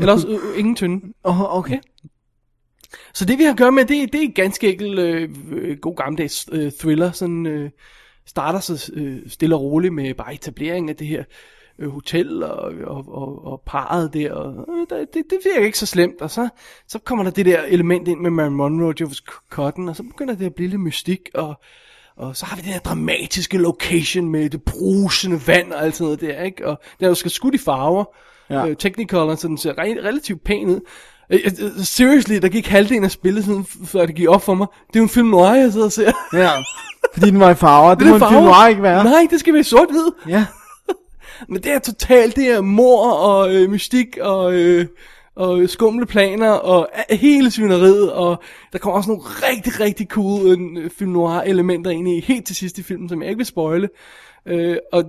D: Eller også øh, øh, ingen tynde.
C: Åh, oh, okay.
D: Så det vi har at gøre med, det, det er ganske enkelt øh, øh, god gammeldags øh, thriller. Sådan øh, starter så øh, stille og roligt med bare etableringen af det her øh, hotel og, og, og, og parret der. Og, øh, der- det, det virker ikke så slemt. Og så, så kommer der det der element ind med Marilyn Monroe, Joseph Cotton, og så begynder det at blive lidt mystik. Og, og så har vi den her dramatiske location med det brusende vand og alt sådan noget der, ikke? Og den er jo skal skudt i farver.
C: Ja.
D: Ja. Øh, Technicolor, så den ser re- relativt pæn ud. Øh, øh, Seriously, der gik halvdelen af spillet, siden, f- før det gik op for mig. Det er jo en film noir, jeg sidder og ser. Det
C: Ja. Fordi den var i farver. Det, det må en film noir ikke være.
D: Nej, det skal være sort-hvid.
C: Ja.
D: Men det er totalt, det er mor og øh, mystik og, øh, og skumle planer og a- hele svineriet. Og der kommer også nogle rigtig, rigtig cool øh, film noir elementer ind i helt til sidst i filmen, som jeg ikke vil spoile. Øh, og,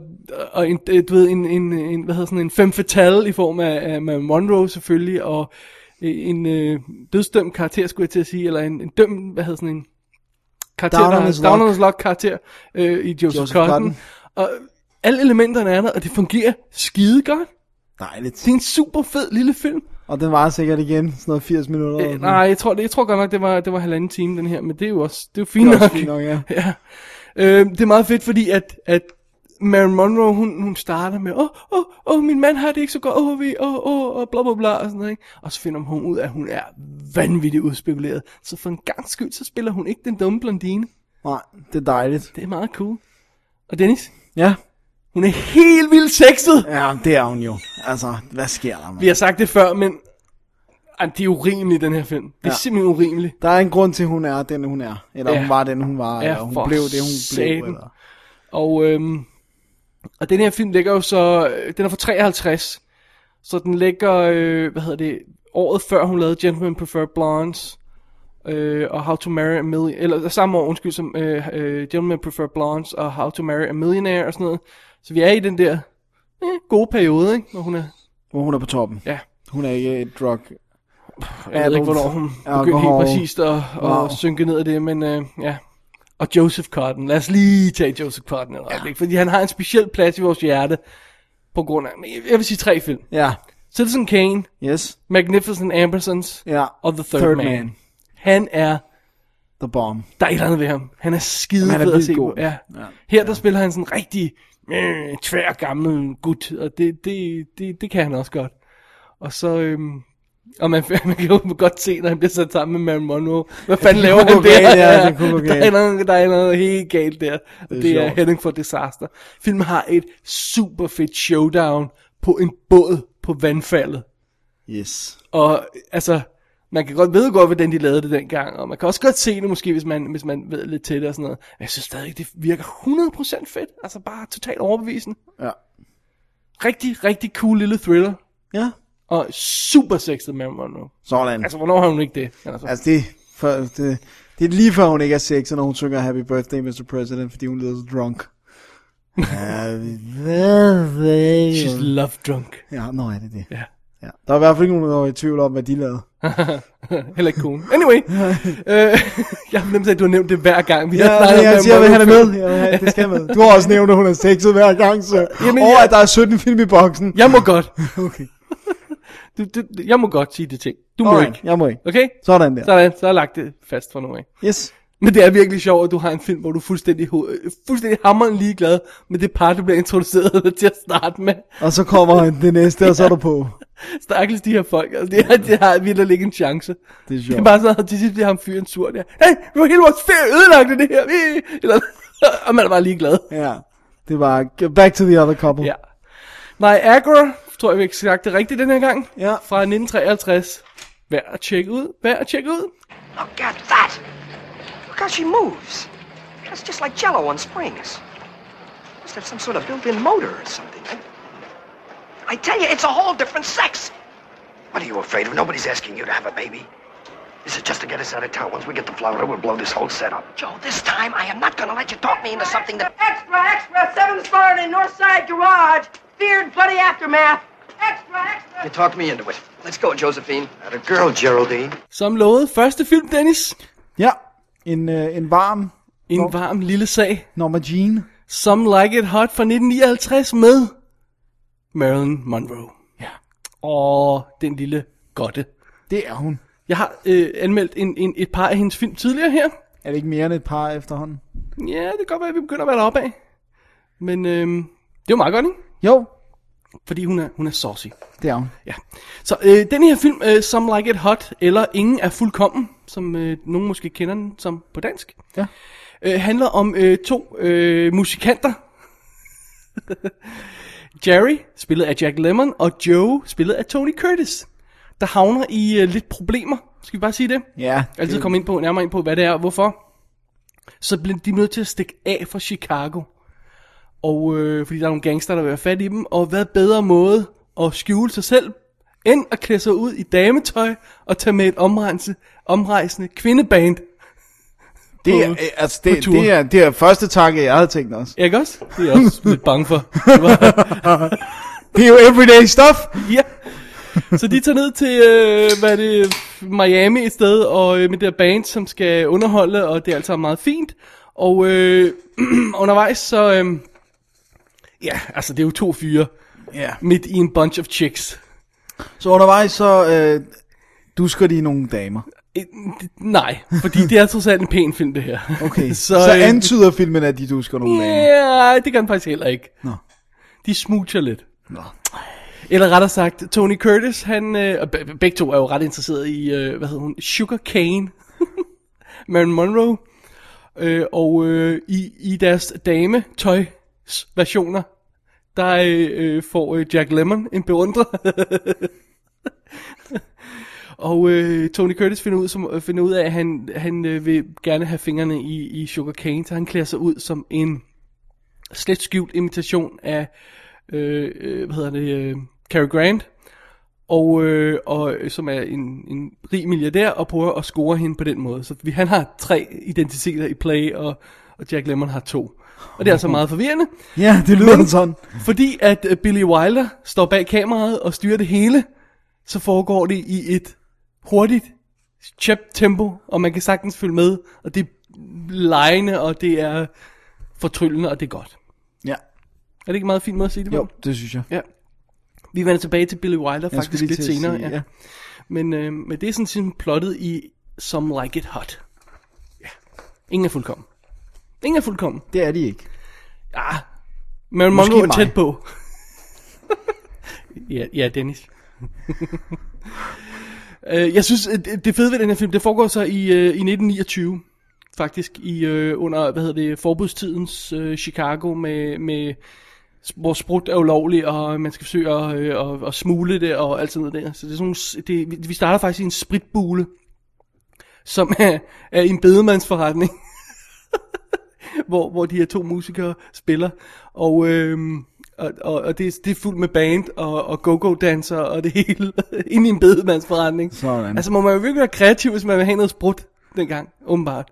D: og en, øh, du ved, en, en, en, hvad hedder sådan, en femme fatale i form af, af Marilyn Monroe selvfølgelig, og øh, en øh, dødsdømt karakter, skulle jeg til at sige, eller en, en dømt, hvad hedder sådan en karakter,
C: Down on
D: der-
C: his luck.
D: Down on his luck karakter øh, i Joseph,
C: Joseph
D: Joseph
C: Cotton.
D: Cotton. Og alle elementerne er der, og det fungerer skide godt.
C: Dejligt.
D: Det er en super fed lille film.
C: Og den var sikkert igen sådan noget 80 minutter. eller
D: Øh,
C: sådan.
D: nej, jeg tror, det, jeg tror godt nok, det var, det var halvanden time, den her, men det er jo også, det er jo fint
C: Det er
D: nok.
C: også fint nok, ja.
D: ja. Øh, det er meget fedt, fordi at, at Marilyn Monroe, hun, hun starter med, åh, åh, åh, min mand har det ikke så godt, åh, vi, åh, åh, og bla bla bla, og sådan noget, ikke? Og så finder hun ud af, at hun er vanvittigt udspekuleret. Så for en gang skyld, så spiller hun ikke den dumme blondine.
C: Nej, det er dejligt.
D: Det er meget cool. Og Dennis,
C: Ja.
D: hun er helt vildt sexet.
C: Ja, det er hun jo. Altså, hvad sker der,
D: Vi
C: man?
D: har sagt det før, men Ej, det er urimeligt, den her film. Det er ja. simpelthen urimeligt.
C: Der er en grund til, at hun er den, hun er. Eller ja.
D: Ja.
C: hun var den, hun var.
D: Ja,
C: eller hun
D: for
C: blev det, hun
D: satan.
C: blev. Eller...
D: Og, øhm, og den her film ligger jo så... øh, Den er fra 53. Så den ligger, øh, hvad hedder det, året før hun lavede Gentlemen Prefer Blondes. Øh, og How to Marry a Millionaire, eller samme år, undskyld, som øh, øh, Gentlemen Prefer Blondes og How to Marry a Millionaire og sådan noget. Så vi er i den der eh, gode periode, ikke? Når hun er,
C: Hvor hun er på toppen.
D: ja,
C: Hun er ikke et drug.
D: Jeg ved ikke, hvornår hun begyndte helt
C: Alkohol.
D: præcist at, at
C: Wow.
D: wow. synke ned af det, men øh, ja. Og Joseph Cotton. Lad os lige tage Joseph Cotton et øjeblik, fordi han har en speciel plads i vores hjerte, på grund af, jeg vil sige tre film.
C: Ja.
D: Citizen Kane,
C: Yes.
D: Magnificent Ambersons
C: Ja.
D: og The Third, Third man. man. Han er,
C: The bomb.
D: der er et eller andet ved ham. Han er skide
C: Han er
D: fed at
C: vildt
D: se
C: god.
D: på. Ja.
C: Ja.
D: Her der spiller han sådan rigtig øh, tvær gammel gut, og det, det, det, det kan han også godt. Og så... Øhm, og man, man kan jo godt se, når han bliver sat sammen med Marilyn Monroe. Hvad fanden
C: det
D: laver
C: kunne
D: han
C: gå
D: der?
C: galt, ja, det kunne gå
D: der, er
C: galt.
D: noget, der er noget helt galt der. Det er, det er
C: sjovt.
D: Heading for Disaster. Filmen har et super fedt showdown på en båd på vandfaldet.
C: Yes.
D: Og altså, man kan godt vide godt, hvordan de lavede det dengang, og man kan også godt se det måske, hvis man, hvis man ved lidt til det og sådan noget. Men jeg synes stadig, det virker 100% fedt. Altså bare totalt overbevisende.
C: Ja.
D: Rigtig, rigtig cool lille thriller.
C: Ja.
D: Og super sexet med Monroe.
C: Sådan.
D: Altså, hvornår har hun ikke det? Altså,
C: Altså det, for, det, det er lige før hun ikke er sexet, når hun synger Happy Birthday, Mr. President, fordi hun lyder så drunk. Happy birthday.
D: she's love drunk.
C: Ja, nå er det det.
D: Ja.
C: ja. Der er i hvert fald ikke nogen, der er i tvivl om, hvad de lavede.
D: Heller ikke konen. Anyway. øh, jeg har nemt at du har nævnt det hver gang. Vi
C: Ja,
D: snakket
C: ja,
D: om
C: jeg siger, at han er
D: Monroe.
C: med. Ja, ja, det skal med. Du har også nævnt, at hun er sexet hver gang, så... Jamen,
D: Jamen,
C: og
D: jeg-
C: at der er 17 film i boksen.
D: Jeg må godt.
C: Okay.
D: Du, du, jeg må godt sige det ting. Du må
C: Alright,
D: ikke.
C: jeg må ikke.
D: Okay?
C: Sådan der.
D: Sådan, så har jeg lagt det fast for nu af.
C: Yes.
D: Men det er virkelig sjovt, at du har en film, hvor du er fuldstændig, ho- øh, fuldstændig hammeren ligeglad med det par, du bliver introduceret til at starte med.
C: Og så kommer det næste, og så er du på.
D: Stakkels de her folk, altså, det, har, det har virkelig ikke en chance.
C: Det er
D: Det er
C: sjovt.
D: bare sådan, at til sidst bliver ham fyren sur der. Hey, nu er hele vores ferie ødelagt af det her. Øh, Eller, og man er bare ligeglad.
C: Ja. Det var back to the other couple.
D: Ja. Niagara, tror jeg, vi har sagt det rigtigt den her gang.
C: Ja.
D: Fra 1953. Værd at tjekke ud. Værd at tjekke ud.
A: Look at that! Look how she moves. That's just like jello on springs. Must have some sort of built-in motor or something.
I: eh?
A: I, I tell you, it's a whole different sex.
I: What are you afraid of? Nobody's asking you to have a baby. This is just to get us out of town. Once we get the flour, we'll blow this whole setup.
A: Joe, this time I am not gonna let you talk me into something that...
J: Extra, extra, seventh barn in Northside Garage. Feared bloody aftermath. Extra, extra.
I: You talked me into it. Let's go, Josephine. That a girl, Geraldine.
D: Som lovet, første film, Dennis.
C: Ja. En, øh, en varm
D: En
C: Nå.
D: varm lille sag.
C: Norma Jean.
D: Some Like It Hot fra 1959 med Marilyn Monroe. Ja. Og den lille godte.
C: Det er hun.
D: Jeg har øh, anmeldt en, en, et par af hendes film tidligere her.
C: Er det ikke mere end et par efterhånden?
D: Ja, det kan godt være, at vi begynder at være deroppe af. Men øh, det er jo meget godt, ikke?
C: Jo.
D: Fordi hun er, hun er saucy.
C: Det er hun.
D: Ja. Så øh, den her film, øh, Some Like It Hot, eller Ingen er fuldkommen, som øh, nogen måske kender den som på dansk,
C: Ja.
D: øh, handler om øh, to øh, musikanter. Jerry, spillet af Jack Lemmon, og Joe, spillet af Tony Curtis, der havner i øh, lidt problemer. Skal vi bare sige det?
C: Ja.
D: Altid
C: det-
D: komme ind på, nærmere ind på, hvad det er og hvorfor. Så bliver de nødt til at stikke af fra Chicago. Og øh, fordi der er nogle gangster, der vil have fat i dem. Og hvad bedre måde at skjule sig selv, end at klæde sig ud i dametøj og tage med et omrejse, omrejsende kvindeband.
C: Det er,
D: på-
C: øh, altså,
D: på
C: det,
D: tur.
C: det, er, det er første tanke, jeg havde tænkt også.
D: Ikke også? Det er jeg også lidt bange for. Det var-
C: Det er jo everyday stuff.
D: ja. Så de tager ned til, øh, hvad er det, Miami et sted, og øh, med det der band, som skal underholde, og det er altså meget fint. Og øh, undervejs, så, øh, ja, altså det er jo to fyre,
C: Ja.
D: midt i en bunch of chicks.
C: Så undervejs så øh, dusker de nogle damer.
D: Øh, d- nej, fordi det er trods alt en pæn film, det her.
C: Okay.
D: Så,
C: så, så
D: øh,
C: antyder filmen, at de dusker nogle damer.
D: Ja, det kan han faktisk heller ikke.
C: Nå.
D: De smutcher lidt.
C: Nå.
D: Eller rettere sagt, Tony Curtis, han, øh, og be- begge to er jo ret interesseret i, øh, hvad hedder hun, Sugar Cane, Marilyn Monroe, øh, og øh, i, i deres dametøjsversioner, der øh, øh, får øh, Jack Lemmon en beundrer. og øh, Tony Curtis finder ud, som, øh, finder ud af, at han, han øh, vil gerne have fingrene i, i Sugar Cane, så han klæder sig ud som en slet skjult imitation af, øh, øh, hvad hedder det, øh, Cary Grant, og, øh, og, øh, som er en, en rig milliardær, og prøver at score hende på den måde. Så vi, han har tre identiteter i play, og, og Jack Lemmon har to. Og det er altså meget forvirrende,
C: Ja, det lyder sådan.
D: fordi at øh, Billy Wilder står bag kameraet og styrer det hele, så foregår det i et hurtigt, chep tempo, og man kan sagtens følge med, og det er lejende, og det er fortryllende, og det er godt.
C: Ja.
D: Er det ikke en meget fin måde at sige det på?
C: Jo, det synes jeg.
D: Ja. Vi vender tilbage til Billy Wilder
C: Jeg
D: faktisk
C: skulle lige
D: lidt
C: til at
D: senere.
C: sige,
D: ja.
C: ja.
D: Men, øh, men det er sådan sådan plottet i Some Like It Hot. Ja. Ingen er fuldkommen. Ingen er fuldkommen.
C: Det er de ikke.
D: Ja. Marilyn
C: Måske
D: Monroe er
C: mig.
D: tæt på. ja, ja, Dennis. Øh, jeg synes, at det- det fede ved den her film, det foregår så i, øh, i 1929. Faktisk i øh, under, hvad hedder det, forbudstidens øh, Chicago med, med hvor sprut er ulovlig, og man skal forsøge at, øh, at, at smule det og alt sådan noget der. Så det er sådan, nogle s- det, vi- vi starter faktisk i en spritbule, som er, er en bedemandsforretning, hvor, hvor de her to musikere spiller, og, øhm, og, og, og det, er- det er fuldt med band og, og go-go-danser og det hele, ind i en bedemandsforretning.
C: Sådan.
D: Altså må man jo virkelig være kreativ, hvis man vil have noget sprut dengang, åbenbart.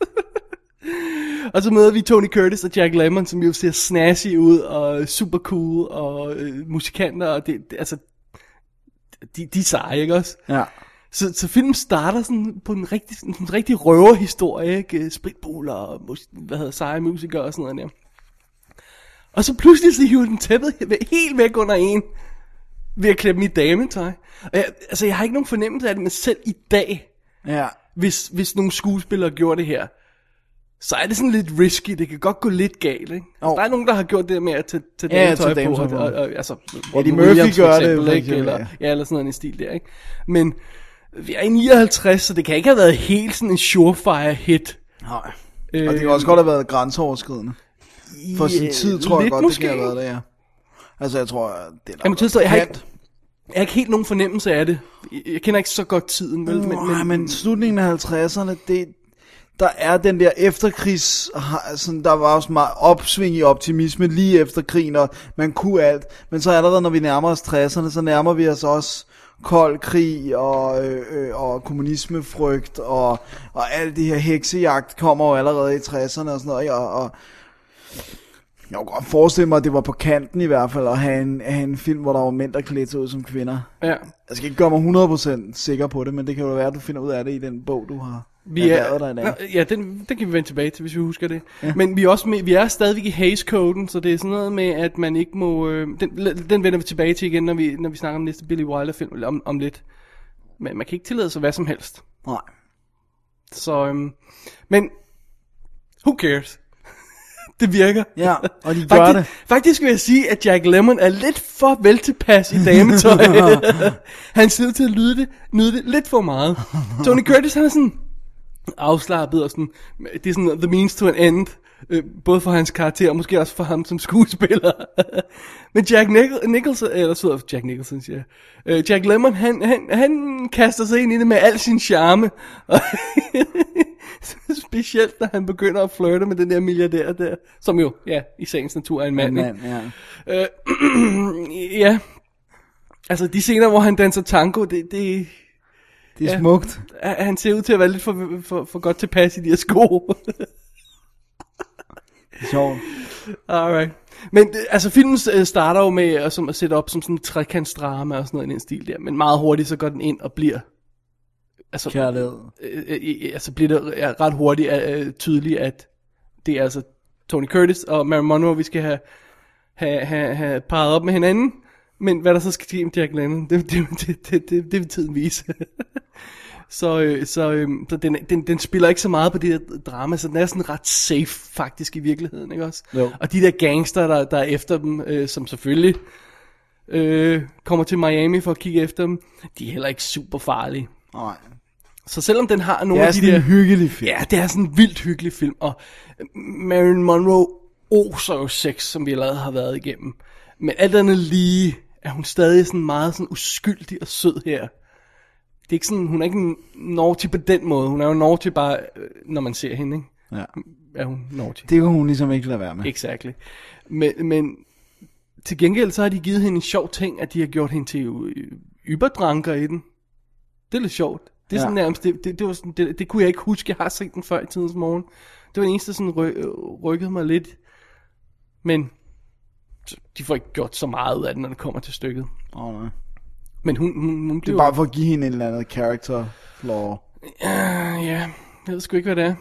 D: Og så møder vi Tony Curtis og Jack Lemmon, som jo ser snazzy ud og super cool og øh, musikanter, og det, det altså, de, de er seje, ikke også?
C: Ja.
D: Så, så filmen starter sådan på en rigtig, sådan en rigtig røverhistorie, ikke? Øh, Spritbuler og mus, hvad hedder, seje musikere og sådan noget der. Og så pludselig så hiver den tæppet he- helt væk under en ved at klemme mit dametøj. Og jeg, altså, jeg har ikke nogen fornemmelse af det, men selv i dag,
C: Ja.
D: hvis, hvis nogle skuespillere gjorde det her, så er det sådan lidt risky. Det kan godt gå lidt galt, ikke? Oh.
C: Jo.
D: Der er nogen, der har gjort det der med at tage, tage
C: Ja, tage
D: dametøj på.
C: dametøj
D: Og,
C: på.
D: og, og, altså,
C: Eddie
D: Robin
C: Murphy
D: Williams for
C: gør det, for
D: ikke?
C: eksempel,
D: Eller, ja, eller sådan en stil der, ikke? Men vi er i 59, så det kan ikke have været helt sådan en surefire hit. Øh,
C: Nej. Og det kan også godt have været grænseoverskridende. For sin
D: Ja,
C: tid tror jeg
D: lidt
C: godt,
D: måske.
C: det kan have været det, ja. Altså, jeg tror, det er nok
D: Jeg må tilstå, jeg har ikke-
C: kant.
D: Jeg har ikke helt nogen fornemmelse af det. Jeg- Jeg kender ikke så godt tiden, vel?
C: men, men, men slutningen af 50'erne, det, der er den der efterkrigs, har- sådan, der var også meget opsving i optimisme lige efter krigen, og man kunne alt. Men så allerede, når vi nærmer os 60'erne, så nærmer vi os også kold krig og, øh, øh, og kommunismefrygt, og, og alt det her heksejagt kommer jo allerede i 60'erne og sådan noget, og, og jeg kunne godt forestille mig, at det var på kanten i hvert fald, at have en, have en film, hvor der var mænd, der klædte sig ud som kvinder.
D: ja.
C: Jeg skal ikke gøre mig 100% sikker på det, men det kan jo være, at du finder ud af det i den bog, du har
D: Vi er,
C: erhvervet dig i dag.
D: Nå, ja, den, den kan vi vende tilbage til, hvis vi husker det. Ja. Men vi er, også med, vi er stadigvæk i Hays-koden, så det er sådan noget med, at man ikke må... Øh, den, den vender vi tilbage til igen, når vi, når vi snakker om næste Billy Wilder-film, eller om, om lidt. Men man kan ikke tillade sig hvad som helst.
C: Nej.
D: Så, øhm, men, who cares? det virker.
C: Ja, og de gør
D: faktisk, det. Faktisk vil jeg sige, at Jack Lemmon er lidt for veltilpas i dametøj. han sidder til at lyde det, nyde det lidt for meget. Tony Curtis, han er sådan afslappet og sådan, det er sådan the means to an end. Øh, både for hans karakter og måske også for ham som skuespiller. Men Jack Nichol- Nicholson, eller så Jack Nicholson siger jeg. øh, Jack Lemmon, han, han, han kaster sig ind i det med al sin charme. Og Specielt når han begynder at flirte med den der milliardær der, som jo, ja, i sagens natur er en mand.
C: En mand,
D: ikke? Ja. Øh, ja. Altså de scener, hvor han danser tango, det, det,
C: Det er
D: Ja.
C: smukt.
D: han han ser ud til at være lidt for, for, for godt tilpas i de her sko.
C: Det er sjovt.
D: Alright. Men øh, altså filmen øh, starter jo med at, som, at sætte op som sådan en trekantsdrama og sådan noget i den stil der, men meget hurtigt så går den ind og bliver altså,
C: Kærlighed.
D: øh, øh, øh, altså bliver det øh, ret hurtigt øh, øh, tydeligt, at det er altså Tony Curtis og Marilyn Monroe, vi skal have, have, have, have parret op med hinanden. Men hvad der så skal ske med Jack Lemmon, det, det, det, det, det, det vil tiden vise. så øh, så, øh, så den, den, den spiller ikke så meget på det der drama, så den er sådan ret safe faktisk i virkeligheden, ikke også?
C: Jo.
D: Og de der gangster, der, der er efter dem, øh, som selvfølgelig øh, kommer til Miami for at kigge efter dem, de er heller ikke super farlige.
C: Nej.
D: Så selvom den har
C: Det
D: nogle
C: er
D: af de
C: sådan
D: der...
C: en hyggelig film.
D: Ja, det er sådan en vildt hyggelig film, og Marilyn Monroe oser jo sex, som vi allerede har været igennem. Men alt andet lige er hun stadig sådan meget sådan uskyldig og sød her. Det er ikke sådan, hun er ikke en naughty på den måde. Hun er jo naughty bare, øh, når man ser hende, ikke?
C: Ja.
D: Er hun naughty?
C: Det kunne hun ligesom ikke lade være med.
D: Exactly. Men, men til gengæld så har de givet hende en sjov ting, at de har gjort hende til yberdranker i den. Det er lidt sjovt. Det
C: Ja.
D: er sådan nærmest, det, det, det, var sådan, det, det kunne jeg ikke huske, jeg har set den før i tidens morgen. Det var det eneste, der sådan ry, øh, rykkede mig lidt. Men de får ikke gjort så meget ud af det, når det kommer til stykket.
C: Åh oh, nej.
D: Men hun, hun, hun
C: Det
D: blev...
C: er bare for at give hende en eller anden character flaw.
D: Øh, ja, jeg ved sgu ikke, hvad det er.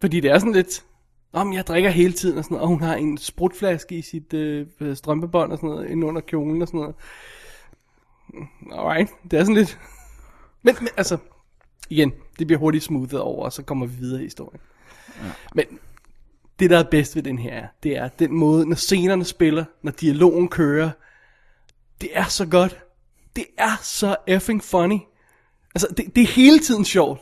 D: Fordi det er sådan lidt... Om jeg drikker hele tiden og sådan noget, og hun har en sprutflaske i sit øh, øh, strømpebånd og sådan noget, inde under kjolen og sådan noget. Alright, det er sådan lidt... Men, men altså, igen, det bliver hurtigt smoothet over, og så kommer vi videre i historien. Men det, der er bedst ved den her, det er den måde, når scenerne spiller, når dialogen kører. Det er så godt. Det er så effing funny. Altså, det, det er hele tiden sjovt,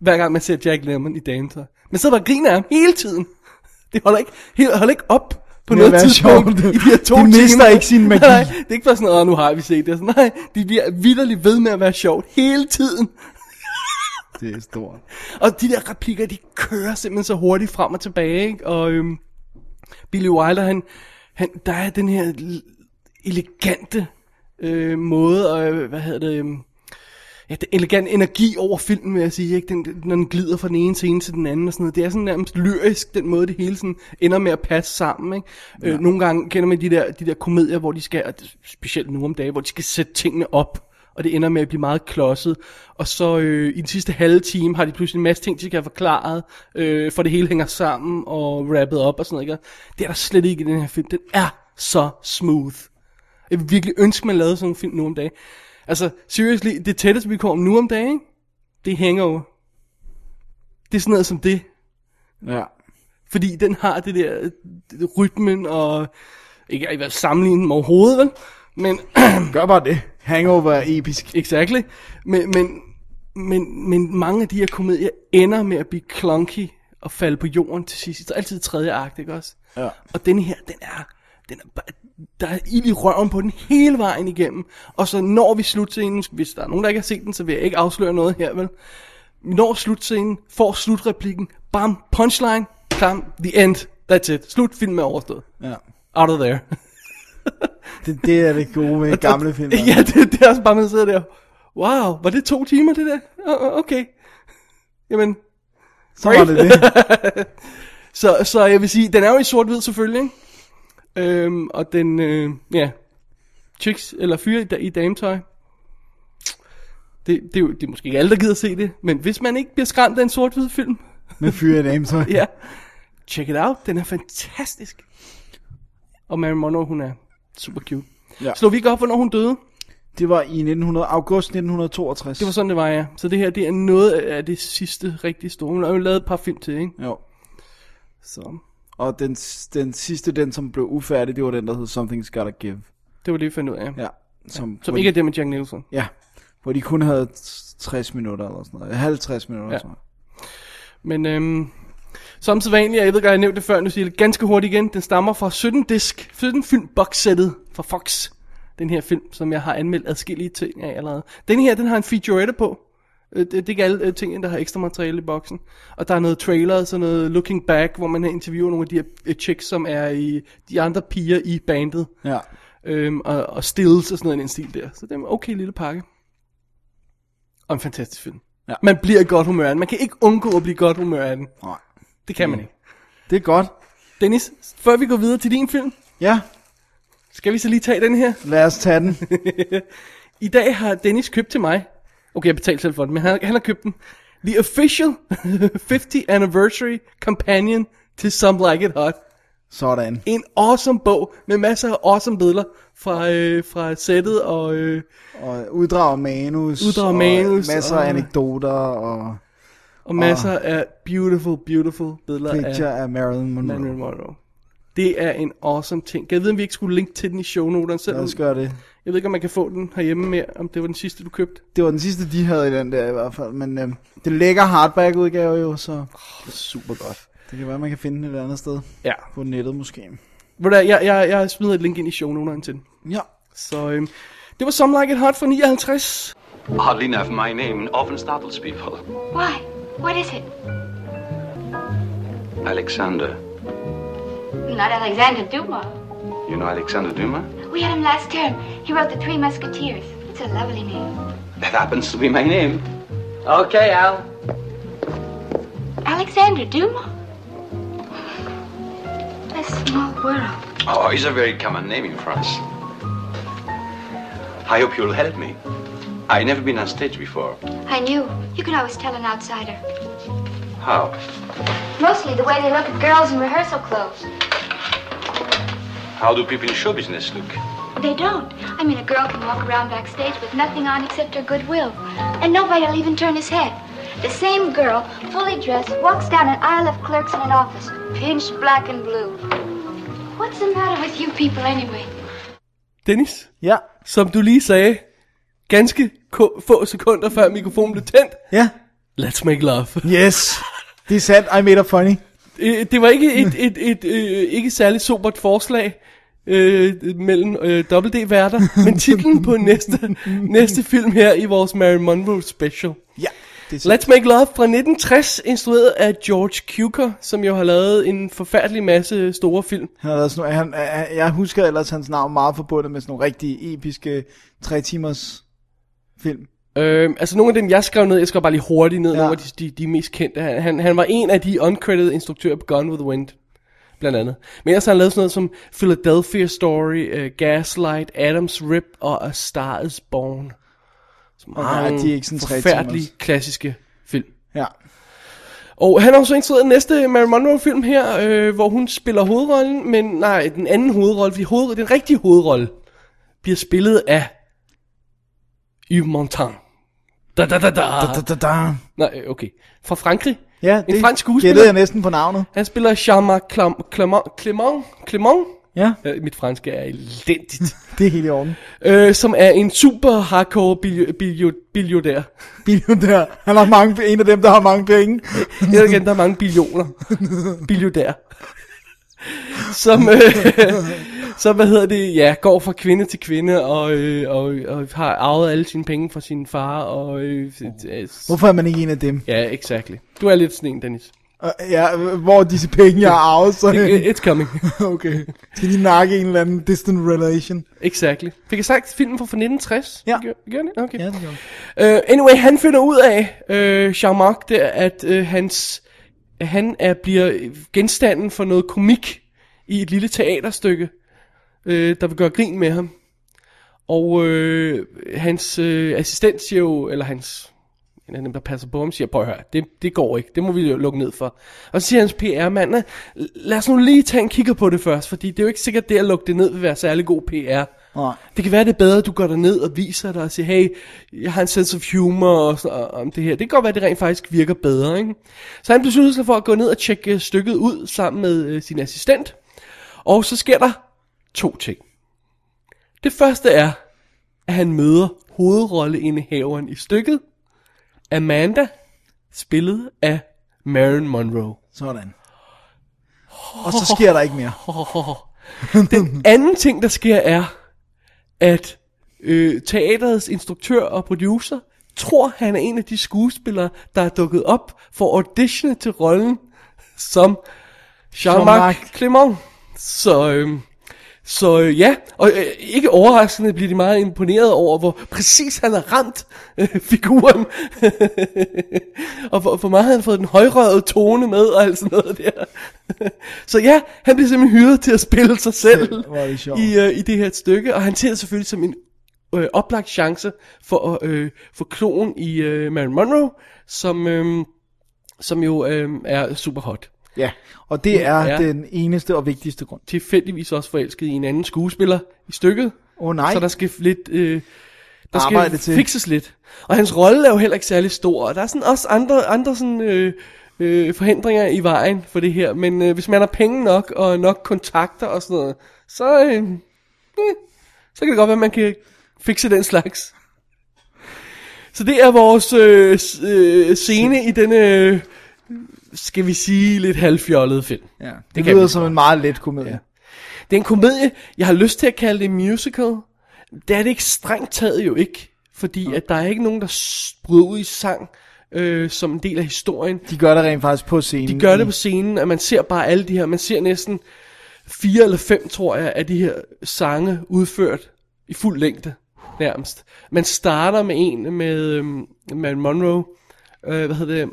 D: hver gang man ser Jack Lemmon i dametøj. Men så bare griner af ham hele tiden. Det holder ikke, helt, holder ikke op på
C: Med at
D: noget
C: være
D: tidspunkt
C: sjovt.
D: i de her to
C: Det
D: timer.
C: mister ikke sin magi.
D: Nej, det er ikke bare sådan, at nu har vi set det. Sådan, nej, de bliver vidderligt ved med at være sjovt hele tiden.
C: Det er stort.
D: Og de der replikker, de kører simpelthen så hurtigt frem og tilbage, ikke? Og øhm, Billy Wilder, han, han, der er den her l- elegante øh, måde, og øh, hvad hedder det, øhm, ja, den elegante energi over filmen, vil jeg sige, ikke? Den, den, når den glider fra den ene scene til den anden og sådan noget. Det er sådan nærmest lyrisk, den måde, det hele sådan ender med at passe sammen, ikke? Ja. Øh, nogle gange kender man de der, de der komedier, hvor de skal, og det- specielt nu om dagen, hvor de skal sætte tingene op, og det ender med at blive meget klodset. Og så øh, i den sidste halve time har de pludselig en masse ting, de skal have forklaret, øh, for det hele hænger sammen og rappet op og sådan noget. Ikke? Det er der slet ikke i den her film. Den er så smooth. Jeg vil virkelig ønske, man lavede sådan en film nu om dagen. Altså, seriously, det tætteste, vi kommer nu om dagen, ikke? det er Hangover. Det er sådan noget som det.
C: Ja.
D: Fordi den har det der øh, rytmen og... Ikke at jeg vil sammenligne dem overhovedet, vel? Men
C: Gør bare det. Hangover er episk.
D: Exactly. Men, men, men, men mange af de her komedier ender med at blive clunky og falde på jorden til sidst. Der er altid tredje akt, ikke også?
C: Ja.
D: Og den her, den er, den er bare, der er ild i røven på den hele vejen igennem. Og så når vi slutscenen, hvis der er nogen, der ikke har set den, så vil jeg ikke afsløre noget her, vel? Vi når slutscenen, får slutreplikken, bam, punchline, klam, the end, that's it. Slut, filmen er overstået.
C: Ja.
D: Out of there.
C: Det, det er det gode ved gamle film.
D: Ja, det, det er også bare, man sidder der. Wow, var det to timer, det der? Åh, åh, Okay. Jamen,
C: Så var det det.
D: så, så jeg vil sige, den er jo i sort-hvid selvfølgelig, ikke? Øhm, og den, øh, ja, chicks eller fyre i, da- i dametøj. Det, det, er jo, det er måske ikke alle, der gider se det, men hvis man ikke bliver skræmt af en sort-hvid film,
C: Med fyre i dem, så.
D: ja, check it out, den er fantastisk. Og Mary Monroe, hun er super cute.
C: Ja.
D: Ja. Slå vi ikke op, hvornår hun døde?
C: Det var i 1900, august 1962.
D: Det var sådan, det var, ja. Så det her, det er noget af det sidste rigtig store. Hun har jo lavet et par film til, ikke?
C: Jo.
D: Så.
C: Og den, den sidste, den som blev ufærdig, det var den, der hed Something's Gotta Give.
D: Det var det, vi fandt ud af.
C: Ja. Som,
D: Som
C: hvor
D: ikke er
C: de,
D: det med Jack Nicholson.
C: Ja, hvor de kun havde 60 minutter eller sådan noget. 50 minutter
D: Ja.
C: ja. sådan noget.
D: Men øhm, som så vanligt, og jeg ved godt, jeg har nævnt det før, nu siger jeg det ganske hurtigt igen. Den stammer fra 17 disk, 17 film boxsættet fra Fox. Den her film, som jeg har anmeldt adskillige ting af allerede. Den her, den har en featurette på. Øh, Det, det er ikke alle øh, tingene, der har ekstra materiale i boksen. Og der er noget trailer, sådan noget looking back, hvor man interviewer nogle af de her øh, chicks, som er i de andre piger i bandet.
C: Ja.
D: Øhm, og, og stills og sådan noget i den stil der. Så det er en okay lille pakke. Og en fantastisk film.
C: Ja.
D: Man bliver i godt humør af den. Man kan ikke undgå at blive i godt humør af den.
C: Nej.
D: Det kan man ikke.
C: Det er godt.
D: Dennis, før vi går videre til din film,
C: Ja,
D: skal vi så lige tage den her?
C: lad os tage den.
D: I dag har Dennis købt til mig, okay jeg betalte selv for den, men han, han har købt den, The Official 50 Anniversary Companion til Some Like It Hot.
C: Sådan.
D: En awesome bog med masser af awesome billeder fra, øh, fra sættet og... Øh,
C: Og uddrag manus.
D: Uddrag
C: og
D: manus,
C: Masser af
D: og-
C: anekdoter og
D: Og masser af beautiful, beautiful billeder
C: picture
D: af
C: af Marilyn Monroe.
D: Marilyn Monroe. Det er en awesome ting. Kan jeg vide, om vi ikke skulle linke til den i shownoterne selv?
C: Lad os gøre det.
D: Jeg ved ikke, om man kan få den herhjemme mere, om det var den sidste, du købte.
C: Det var den sidste, de havde i den der i hvert fald. Men øh, det lækker hardback-udgave jo, så
D: Super godt.
C: det kan være, man kan finde den et eller andet sted.
D: Ja.
C: På nettet måske.
D: Ved du hvad, jeg, jeg, jeg smider et link ind i shownoterne til den.
C: Ja.
D: Så øhm, det var Some Like It Hot fra 59.
K: Oddly enough, my name often startles people.
F: Why? What is it?
K: Alexander.
F: Not Alexander Dumas.
K: You know Alexander Dumas?
F: We had him last term. He wrote The Three Musketeers. It's a lovely name.
K: That happens to be my name.
J: Okay, Al.
F: Alexander Dumas? A small world.
K: Oh, it's a very common name in France. I hope you'll help me. I've never been on stage before.
F: I knew. You can always tell an outsider.
K: How?
F: Mostly the way they look at girls in rehearsal clothes.
K: How do people in show business look?
F: They don't. I mean, a girl can walk around backstage with nothing on except her goodwill, and nobody'll even turn his head. The same girl, fully dressed, walks down an aisle of clerks in an office, pinched black and blue. What's the matter with you people anyway?
D: Dennis,
C: Ja.
D: som du lige sagde, ganske ko- få sekunder før mikrofonen blev tændt.
C: Ja.
D: Let's make love.
C: Yes. Det er sandt. I made a funny.
D: Øh, det var ikke et, et, et, et øh, ikke særligt sobert forslag øh, mellem øh, WD-værter, men titlen på næste, næste film her i vores Marilyn Monroe special.
C: Ja. Det er sandt.
D: Let's Make Love fra 1960, instrueret af George Cukor, som jo har lavet en forfærdelig masse store film.
C: Han har lavet sådan, han, han, jeg husker ellers hans navn meget forbundet med sådan nogle rigtig episke tre timers film.
D: Øhm, altså nogle af dem, jeg skrev ned, jeg skrev bare lige hurtigt ned, ja.
C: Ja.
D: nogle af de, de, de mest kendte. Han, han, han var en af de uncredited instruktører på Gone with the Wind, blandt andet. Men ellers har han lavet sådan noget som Philadelphia Story, uh, Gaslight, Adam's Rip og A Star is Born. Som
C: Og
D: har
C: nej,
D: nogle
C: Ah, de er ikke sådan tre
D: forfærdelige
C: timers.
D: klassiske film.
C: Ja.
D: Og han har også instrueret den næste Marilyn Monroe-film her, øh, hvor hun spiller hovedrollen, men nej, den anden hovedrolle, fordi hoved, den rigtige hovedrolle bliver spillet af Yves Montand. Da, da, da, da.
C: Da, da, da, da.
D: Nej, øh, okay. Fra Frankrig.
C: Ah. Ja,
D: en
C: det
D: fransk skuespiller.
C: gættede jeg næsten på navnet.
D: Han spiller Jean-Marc Clam- Clement, Clement, Clement.
C: Ja,
D: Øh, mit franske er elendigt.
C: det er helt i orden.
D: øh, som er en super hardcore biljo- biljo- billiardær.
C: Billion der. Han har mange, en af dem, der har mange penge.
D: Jeg igen, der er mange billioner. Billionær. Som, øh, som, hvad hedder det, ja, går fra kvinde til kvinde, og, øh, og, og har arvet alle sine penge fra sin far, og... Øh, øh, s-
C: Hvorfor er man ikke en af dem?
D: ja, exactly. Du er lidt sådan en, Dennis.
C: Og, ja, hvor er disse penge, jeg har arvet, så...
D: It- It's coming.
C: okay. Skal de nakke en eller anden distant relation?
D: Exactly. Fik jeg sagt filmen fra 1960?
C: Ja.
D: Gør, gør det? Okay.
C: Ja, det gør
D: Uh, anyway, han finder ud af, uh, Jean-Marc, der, at uh, hans, han er, bliver genstanden for noget komik i et lille teaterstykke, uh, der vil gøre grin med ham. Og uh, hans uh, assistent siger jo, eller hans, en af dem, der passer på ham, siger, prøv at høre, det, det går ikke, det må vi jo lukke ned for. Og så siger hans PR-mand, "Nå, lad os nu lige tage en kigger på det først, fordi det er jo ikke sikkert, det at lukke det ned vil være særlig god PR.
C: Nej.
D: Det kan være, det er bedre, at du går ned og viser dig og siger, hey, jeg har en sense of humor og, sådan- og om det her. Det kan godt være, at det rent faktisk virker bedre. Ikke? Så han beslutter sig for at gå ned og tjekke øh, stykket ud sammen med øh, sin assistent. Og så sker der to ting. Det første er, at han møder hovedrolleindehaveren i stykket, Amanda, spillet af Marilyn Monroe.
C: Sådan. Og så sker der ikke mere.
D: Den anden ting, der sker, er, at øh, teaterets instruktør og producer tror, han er en af de skuespillere, der er dukket op for at auditione til rollen som Jean-Marc
C: Jean-Marc.
D: Clément. Så, øh, så øh, ja, og øh, ikke overraskende bliver de meget imponeret over, hvor præcis han har ramt øh, figuren. og hvor, hvor meget han har fået den højrøde tone med og alt sådan noget der. så ja, han bliver simpelthen hyret til at spille sig selv
C: Hvor er det sjovt.
D: i, øh, i det her stykke, og han ser det selvfølgelig som en øh, oplagt chance for at øh, få klonen i øh, Marilyn Monroe, som, øh, som jo øh, er super hot.
C: Ja, og det er
D: Ja.
C: den eneste og vigtigste grund.
D: Tilfældigvis også forelsket i en anden skuespiller i stykket.
C: Åh, nej.
D: Så der skal lidt... Øh, der skal
C: Arbejde til.
D: fikses lidt. Og hans rolle er jo heller ikke særlig stor, og der er sådan også andre, andre sådan, øh, øh, forhindringer i vejen for det her. Men øh, hvis man har penge nok, og nok kontakter og sådan noget, så, øh, øh, så kan det godt være, at man kan fikse den slags. Så det er vores øh, s- øh, scene i denne, øh, skal vi sige, lidt halvfjollede film.
C: Ja, det,
D: kan
C: det
D: vi
C: lyder
D: godt.
C: som en meget let komedie. Ja.
D: Det er en komedie, jeg har lyst til at kalde det musical. Det er det ikke strengt taget jo ikke, fordi at der er ikke nogen, der s- bryder ud i sang øh, som en del af historien.
C: De gør det rent faktisk på scenen.
D: De gør det på scenen, og man ser bare alle de her, man ser næsten fire eller fem, tror jeg, af de her sange udført i fuld længde, nærmest. Man starter med en med, øhm, med Monroe, øh, hvad hedder det,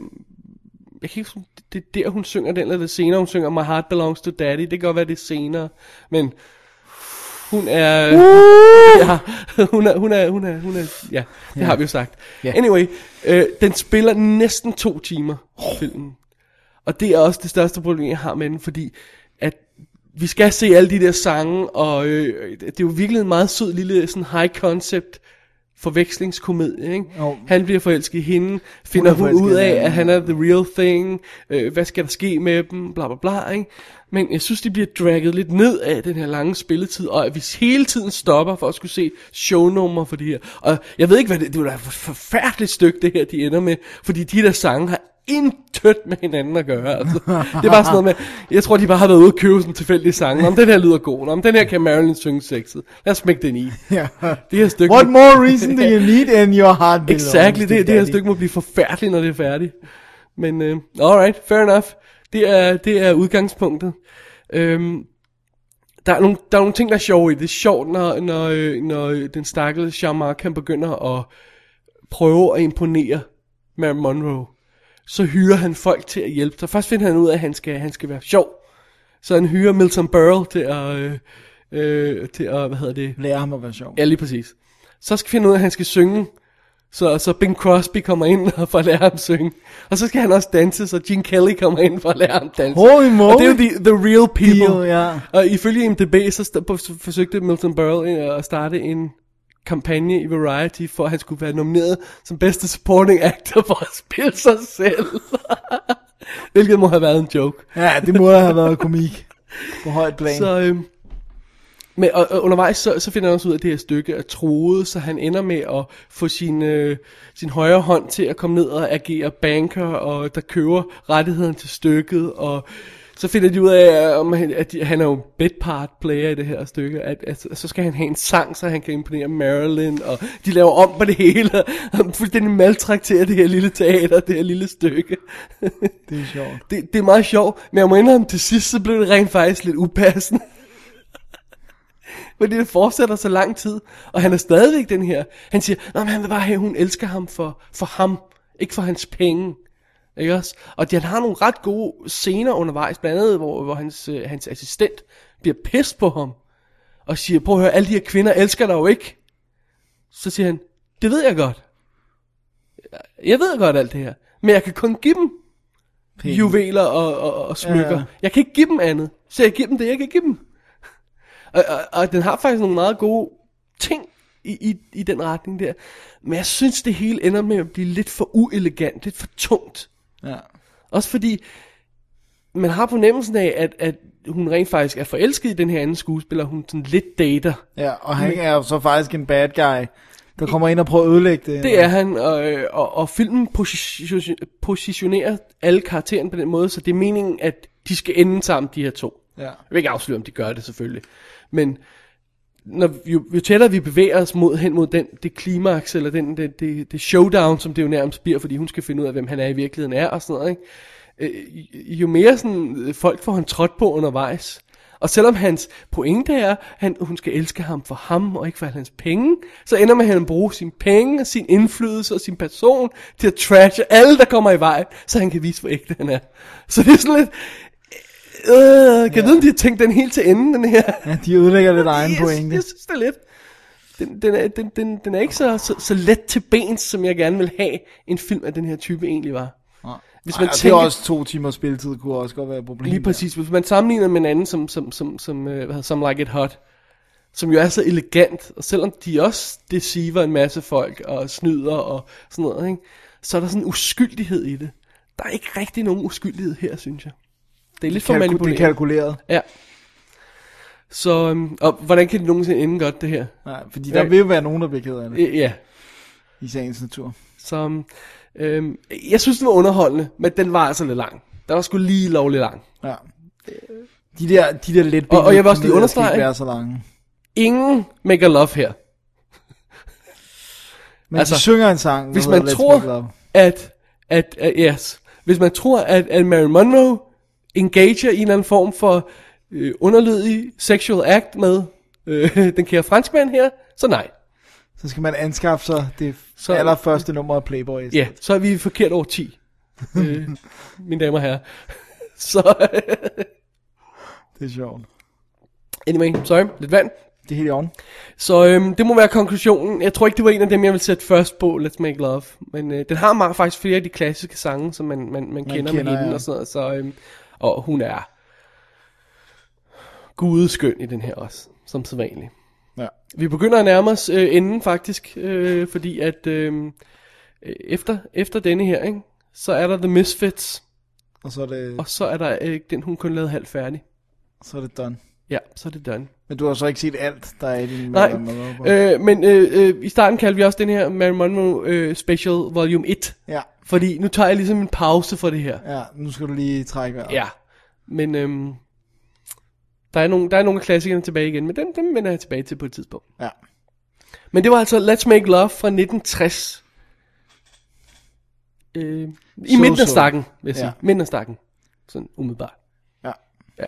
D: jeg kan ikke huske, om det er der, hun synger den, eller det er senere, hun synger My Heart Belongs to Daddy, det kan godt være, det er senere, men hun er, ja, hun er, hun er, hun er, hun er, ja, det
C: Ja.
D: har vi jo sagt.
C: Ja.
D: Anyway, øh, den spiller næsten to timer, filmen. Og det er også det største problem, jeg har med den, fordi at vi skal se alle de der sange, og øh, det er jo virkelig en meget sød lille sådan high concept forvekslingskomedie, ikke?
C: Jo.
D: Han bliver forelsket i hende, finder
C: er
D: hun,
C: forelsket
D: ud
C: i
D: af,
C: hinanden.
D: at han er the real thing, øh, hvad skal der ske med dem, bla bla bla, ikke? Men jeg synes, de bliver dragget lidt ned af den her lange spilletid, og at vi hele tiden stopper for at skulle se shownummer for det her. Og jeg ved ikke, hvad det, det er da et forfærdeligt stykke, det her, de ender med, fordi de der sange har intet med hinanden at gøre. Altså. Det er bare sådan noget med, jeg tror, de bare har været ude og købe sådan tilfældige sange. Om den her lyder god, om den her kan Marilyn synge sexet. Lad os smække den i.
C: Ja.
D: Det her stykke...
C: What more reason do you need in your heart? belongs
D: Exakt, det,
C: to
D: det her
C: daddy?
D: stykke må blive forfærdeligt, når det er færdigt. Men uh, alright, fair enough. Det er, det er udgangspunktet. Øhm, der, er nogle, der er nogle ting, der er sjove i det. Det er sjovt, når, når, øh, når øh, den stakkels Jean-Marc kan begynder at prøve at imponere Marilyn Monroe. Så hyrer han folk til at hjælpe sig. Først finder han ud af, at han skal, han skal være sjov. Så han hyrer Milton Berle til at... Øh, øh, til at, hvad hedder det?
C: Lærer ham at være sjov.
D: Ja, lige præcis. Så skal vi finde ud af, at han skal synge. Så, så Bing Crosby kommer ind og får lære ham at synge. Og så skal han også danse, så Gene Kelly kommer ind for at lære ham at danse.
C: Holy moly.
D: og det er jo the, the real people.
C: Deal, ja.
D: Og ifølge IMDb, så st- på- s- forsøgte Milton Berle øh, at starte en kampagne i Variety, for at han skulle være nomineret som bedste supporting actor for at spille sig selv. Hvilket må have været en joke.
C: ja, det må have været komik. På højt plan.
D: Så, øhm, men, og, og undervejs så, så finder han også ud af, at det her stykke er troet, så han ender med at få sin, øh, sin højre hånd til at komme ned og agere banker, og der køber rettigheden til stykket, og så finder de ud af, øh, om han, at de, han er jo bedpart player i det her stykke, at, at, så skal han have en sang, så han kan imponere Marilyn, og de laver om på det hele, og fuldstændig maltrakterer det her lille teater, det her lille stykke.
C: Det er sjovt.
D: Det, det er meget sjovt, men jeg må indrømme, til sidst så blev det rent faktisk lidt upassende. Fordi det fortsætter så lang tid, og han er stadigvæk den her. Han siger, nej, men han vil bare have, at hun elsker ham for, for ham, ikke for hans penge. Ikke også? Og han har nogle ret gode scener undervejs, blandt andet, hvor, hvor hans, øh, hans assistent bliver pissed på ham, og siger, prøv at høre, alle de her kvinder elsker dig jo ikke. Så siger han, det ved jeg godt. Jeg ved godt alt det her, men jeg kan kun give dem
C: Penge.
D: juveler og, og, og smykker.
C: Ja,
D: Ja,
C: ja.
D: ja. Jeg kan ikke give dem andet, så jeg giver dem det, jeg kan give dem. Og, og, og den har faktisk nogle meget gode i, i, i den retning der. Men jeg synes, det hele ender med at blive lidt for uelegant, lidt for tungt.
C: Ja.
D: Også fordi, man har fornemmelsen af, at, at hun rent faktisk er forelsket i den her anden skuespiller, hun sådan lidt dater.
C: Ja, og han er jo så faktisk en bad guy, der kommer ind og prøver at ødelægge det.
D: Det er han, og, øh, og, og filmen position- positionerer alle karaktererne på den måde, så det er meningen, at de skal ende sammen, de her to.
C: Ja.
D: Jeg vil ikke afsløre, om de gør det selvfølgelig. Men når, jo, jo tættere vi bevæger os mod, hen mod den, det klimaks, eller den, det, det, det showdown, som det jo nærmest bliver, fordi hun skal finde ud af, hvem han er i virkeligheden er, og sådan noget, ikke? øh, jo mere sådan, øh, folk får han trådt på undervejs. Og selvom hans pointe er, at hun skal elske ham for ham og ikke for hans penge, så ender man med, at han bruger sine penge og sin indflydelse og sin person til at trashe alle, der kommer i vejen, så han kan vise, hvor ægte han er. Så det er sådan lidt... Øh, kan ja. vide, om de har tænkt den helt til enden, den her?
C: Ja, de ødelægger lidt egen
D: jeg,
C: pointe.
D: Jeg synes det er lidt. Den, den, er, den, den, den er ikke så, så, så let til bens, som jeg gerne vil have en film af den her type egentlig var.
C: Hvis man Ej, tænker... det er også to timers spilletid, kunne også godt være et problem.
D: Lige præcis. Hvis man sammenligner med en anden som, som, som, som, øh, hvad hedder, som Like It Hot, som jo er så elegant, og selvom de også deceiver en masse folk, og snyder og sådan noget, ikke? så er der sådan en uskyldighed i det. Der er ikke rigtig nogen uskyldighed her, synes jeg. Det er lidt for
C: kalku-
D: manipuleret.
C: det er kalkuleret.
D: Ja. Så, øhm, og hvordan kan det nogensinde ende godt, det her?
C: Nej, fordi der vil jo være nogen, der bliver ked af det.
D: Ja.
C: I sagens natur.
D: Så, øhm, jeg synes, den var underholdende, men den var altså lidt lang. Den var sgu lige lovlig lang.
C: Ja. De der, de der let
D: Og- og jeg vil også lige
C: komedier skal ikke
D: understrege-
C: være så lange.
D: Ingen make love her.
C: Men altså, de synger en sang. der
D: Hvis
C: hedder
D: man
C: Let's Make Love.
D: tror, at, at, at, yes, hvis man tror, at, at Mary Monroe engager i en eller anden form for øh, underlydig sexual act med øh, den kære franskmand her, så nej.
C: Så skal man anskaffe sig det
D: Så-
C: så, allerførste nummer af Playboy. i
D: Ja,
C: stedet.
D: yeah, så er vi i forkert over 10, øh, mine damer og herrer. Så,
C: Det er sjovt.
D: anyway, sorry, lidt vand.
C: Det er helt i orden.
D: Så øhm, det må være konklusionen. Jeg tror ikke, det var en af dem, jeg ville sætte først på, Let's Make Love. Men øh, den har meget, faktisk flere af de klassiske sange, som man, man, man, man kender, kender
C: kender,
D: med hende
C: ja.
D: og sådan noget. Så, øhm, og hun er gudeskøn i den her også, som sædvanligt.
C: Ja.
D: Vi begynder at nærme os øh, enden faktisk, øh, fordi at øh, efter, efter denne her, ikke, så er der The Misfits,
C: Og så er det,
D: og så er der øh, den, hun kun lavede halvt færdig.
C: så er det done.
D: Ja, så er det done.
C: Men du har så ikke set alt, der er i din
D: Nej,
C: Madame Monroe-bog.
D: øh, men øh, øh, i starten kaldte vi også den her Mary Monroe øh, Special Volume 1.
C: Ja.
D: Fordi nu tager jeg ligesom en pause for det her.
C: Ja, nu skal du lige trække vejret.
D: Ja. Men øhm, der, er nogle, der er nogle af klassikerne tilbage igen, men dem, dem vender jeg tilbage til på et tidspunkt.
C: Ja.
D: Men det var altså Let's Make Love fra 1960. Øh, I
C: Så,
D: midten af
C: så.
D: stakken, vil jeg sige.
C: Ja.
D: Midten af stakken. Sådan umiddelbart.
C: Ja.
D: Ja.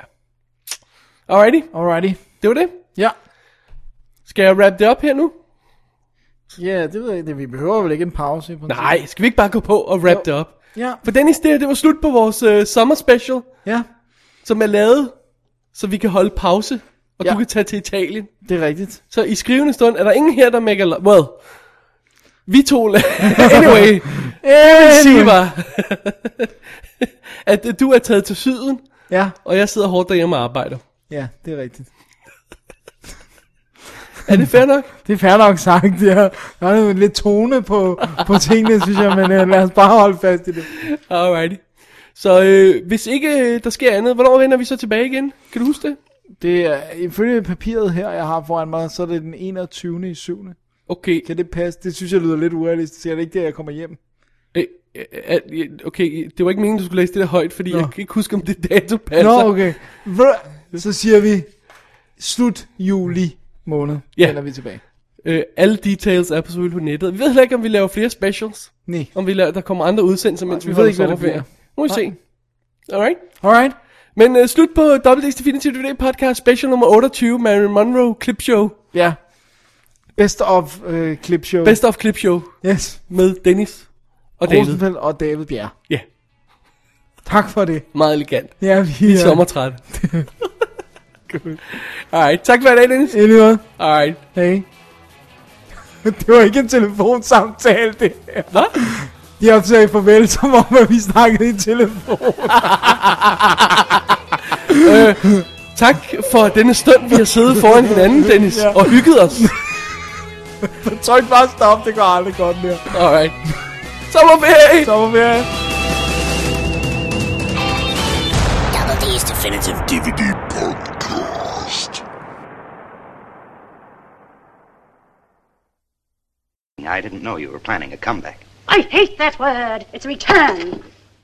D: Alrighty,
C: Alrighty.
D: det var det.
C: Ja.
D: Skal jeg wrap det op her nu?
C: Ja, det ved jeg ikke. Vi behøver vel ikke en pause? i princippet?
D: Nej, skal vi ikke bare gå på og wrap
C: Jo.
D: det op?
C: Ja.
D: For Dennis, det, det var slut på vores øh, summer special,
C: Ja,
D: som er lavet, så vi kan holde pause, og ja.
C: Ja.
D: du kan tage til Italien.
C: det er rigtigt.
D: Så i skrivende stund er der ingen her, der maker... lo- Well, vi to... la- anyway,
C: Anyway.
D: sig mig, at øh, du er taget til syden,
C: Ja,
D: og jeg sidder hårdt derhjemme og arbejder.
C: ja, det er rigtigt.
D: Er det fair nok?
C: Det er fair nok sagt, ja. Der er jo lidt tone på, på tingene, synes jeg, men øh, lad os bare holde fast i det.
D: Alrighty. Så øh, hvis ikke øh, der sker andet, hvornår vender vi så tilbage igen? Kan du huske det?
C: Det er, ifølge papiret her, jeg har foran mig, så er det den 21. i 7.
D: Okay,
C: Kan det passe? Det synes jeg lyder lidt urealistisk. Er det ikke det, jeg kommer hjem?
D: Øh, øh, øh, Okay, det var ikke meningen, du skulle læse det der højt, fordi Nå.
C: Nå.
D: jeg kan ikke huske, om det dato passer.
C: Nå, okay. Vrø- Så siger vi, slut juli måned.
D: Ja.
C: Vender vi tilbage.
D: øh, alle details er på selvfølgelig på nettet. Vi ved heller ikke, om vi laver flere specials.
C: Nej.
D: Om vi laver, der kommer andre udsendelser, mens
C: Nej, vi
D: vi
C: ved
D: holder
C: ikke, hvad det
D: sommerferie. Må vi se. Alright.
C: Alright.
D: Men øh, slut på WD's Definitive DVD podcast special nummer 28, Marilyn Monroe Clip Show.
C: Ja. Best of øh, clip show.
D: Best of Clip Show
C: Yes.
D: med Dennis og David.
C: Rosenfeldt og David Bjerg.
D: Ja, yeah.
C: Tak for det.
D: meget elegant.
C: Ja, vi
D: I sommertræt. Alright, tak for i dag, Dennis.
C: Anyway,
D: Alright.
C: hey. det var ikke en telefonsamtale, det her.
D: Hvad?
C: De opsagde farvel, som om, at vi snakkede i telefon.
D: Tak for denne stund, vi har siddet foran hinanden, Dennis, ja. og hygget os.
C: Tryk bare stop, det går aldrig godt mere.
D: Alright. Sommerferie!
C: Sommerferie!
A: Double D's Definitive DVD Podcast.
G: I didn't know you were planning a comeback.
H: I hate that word. It's a return.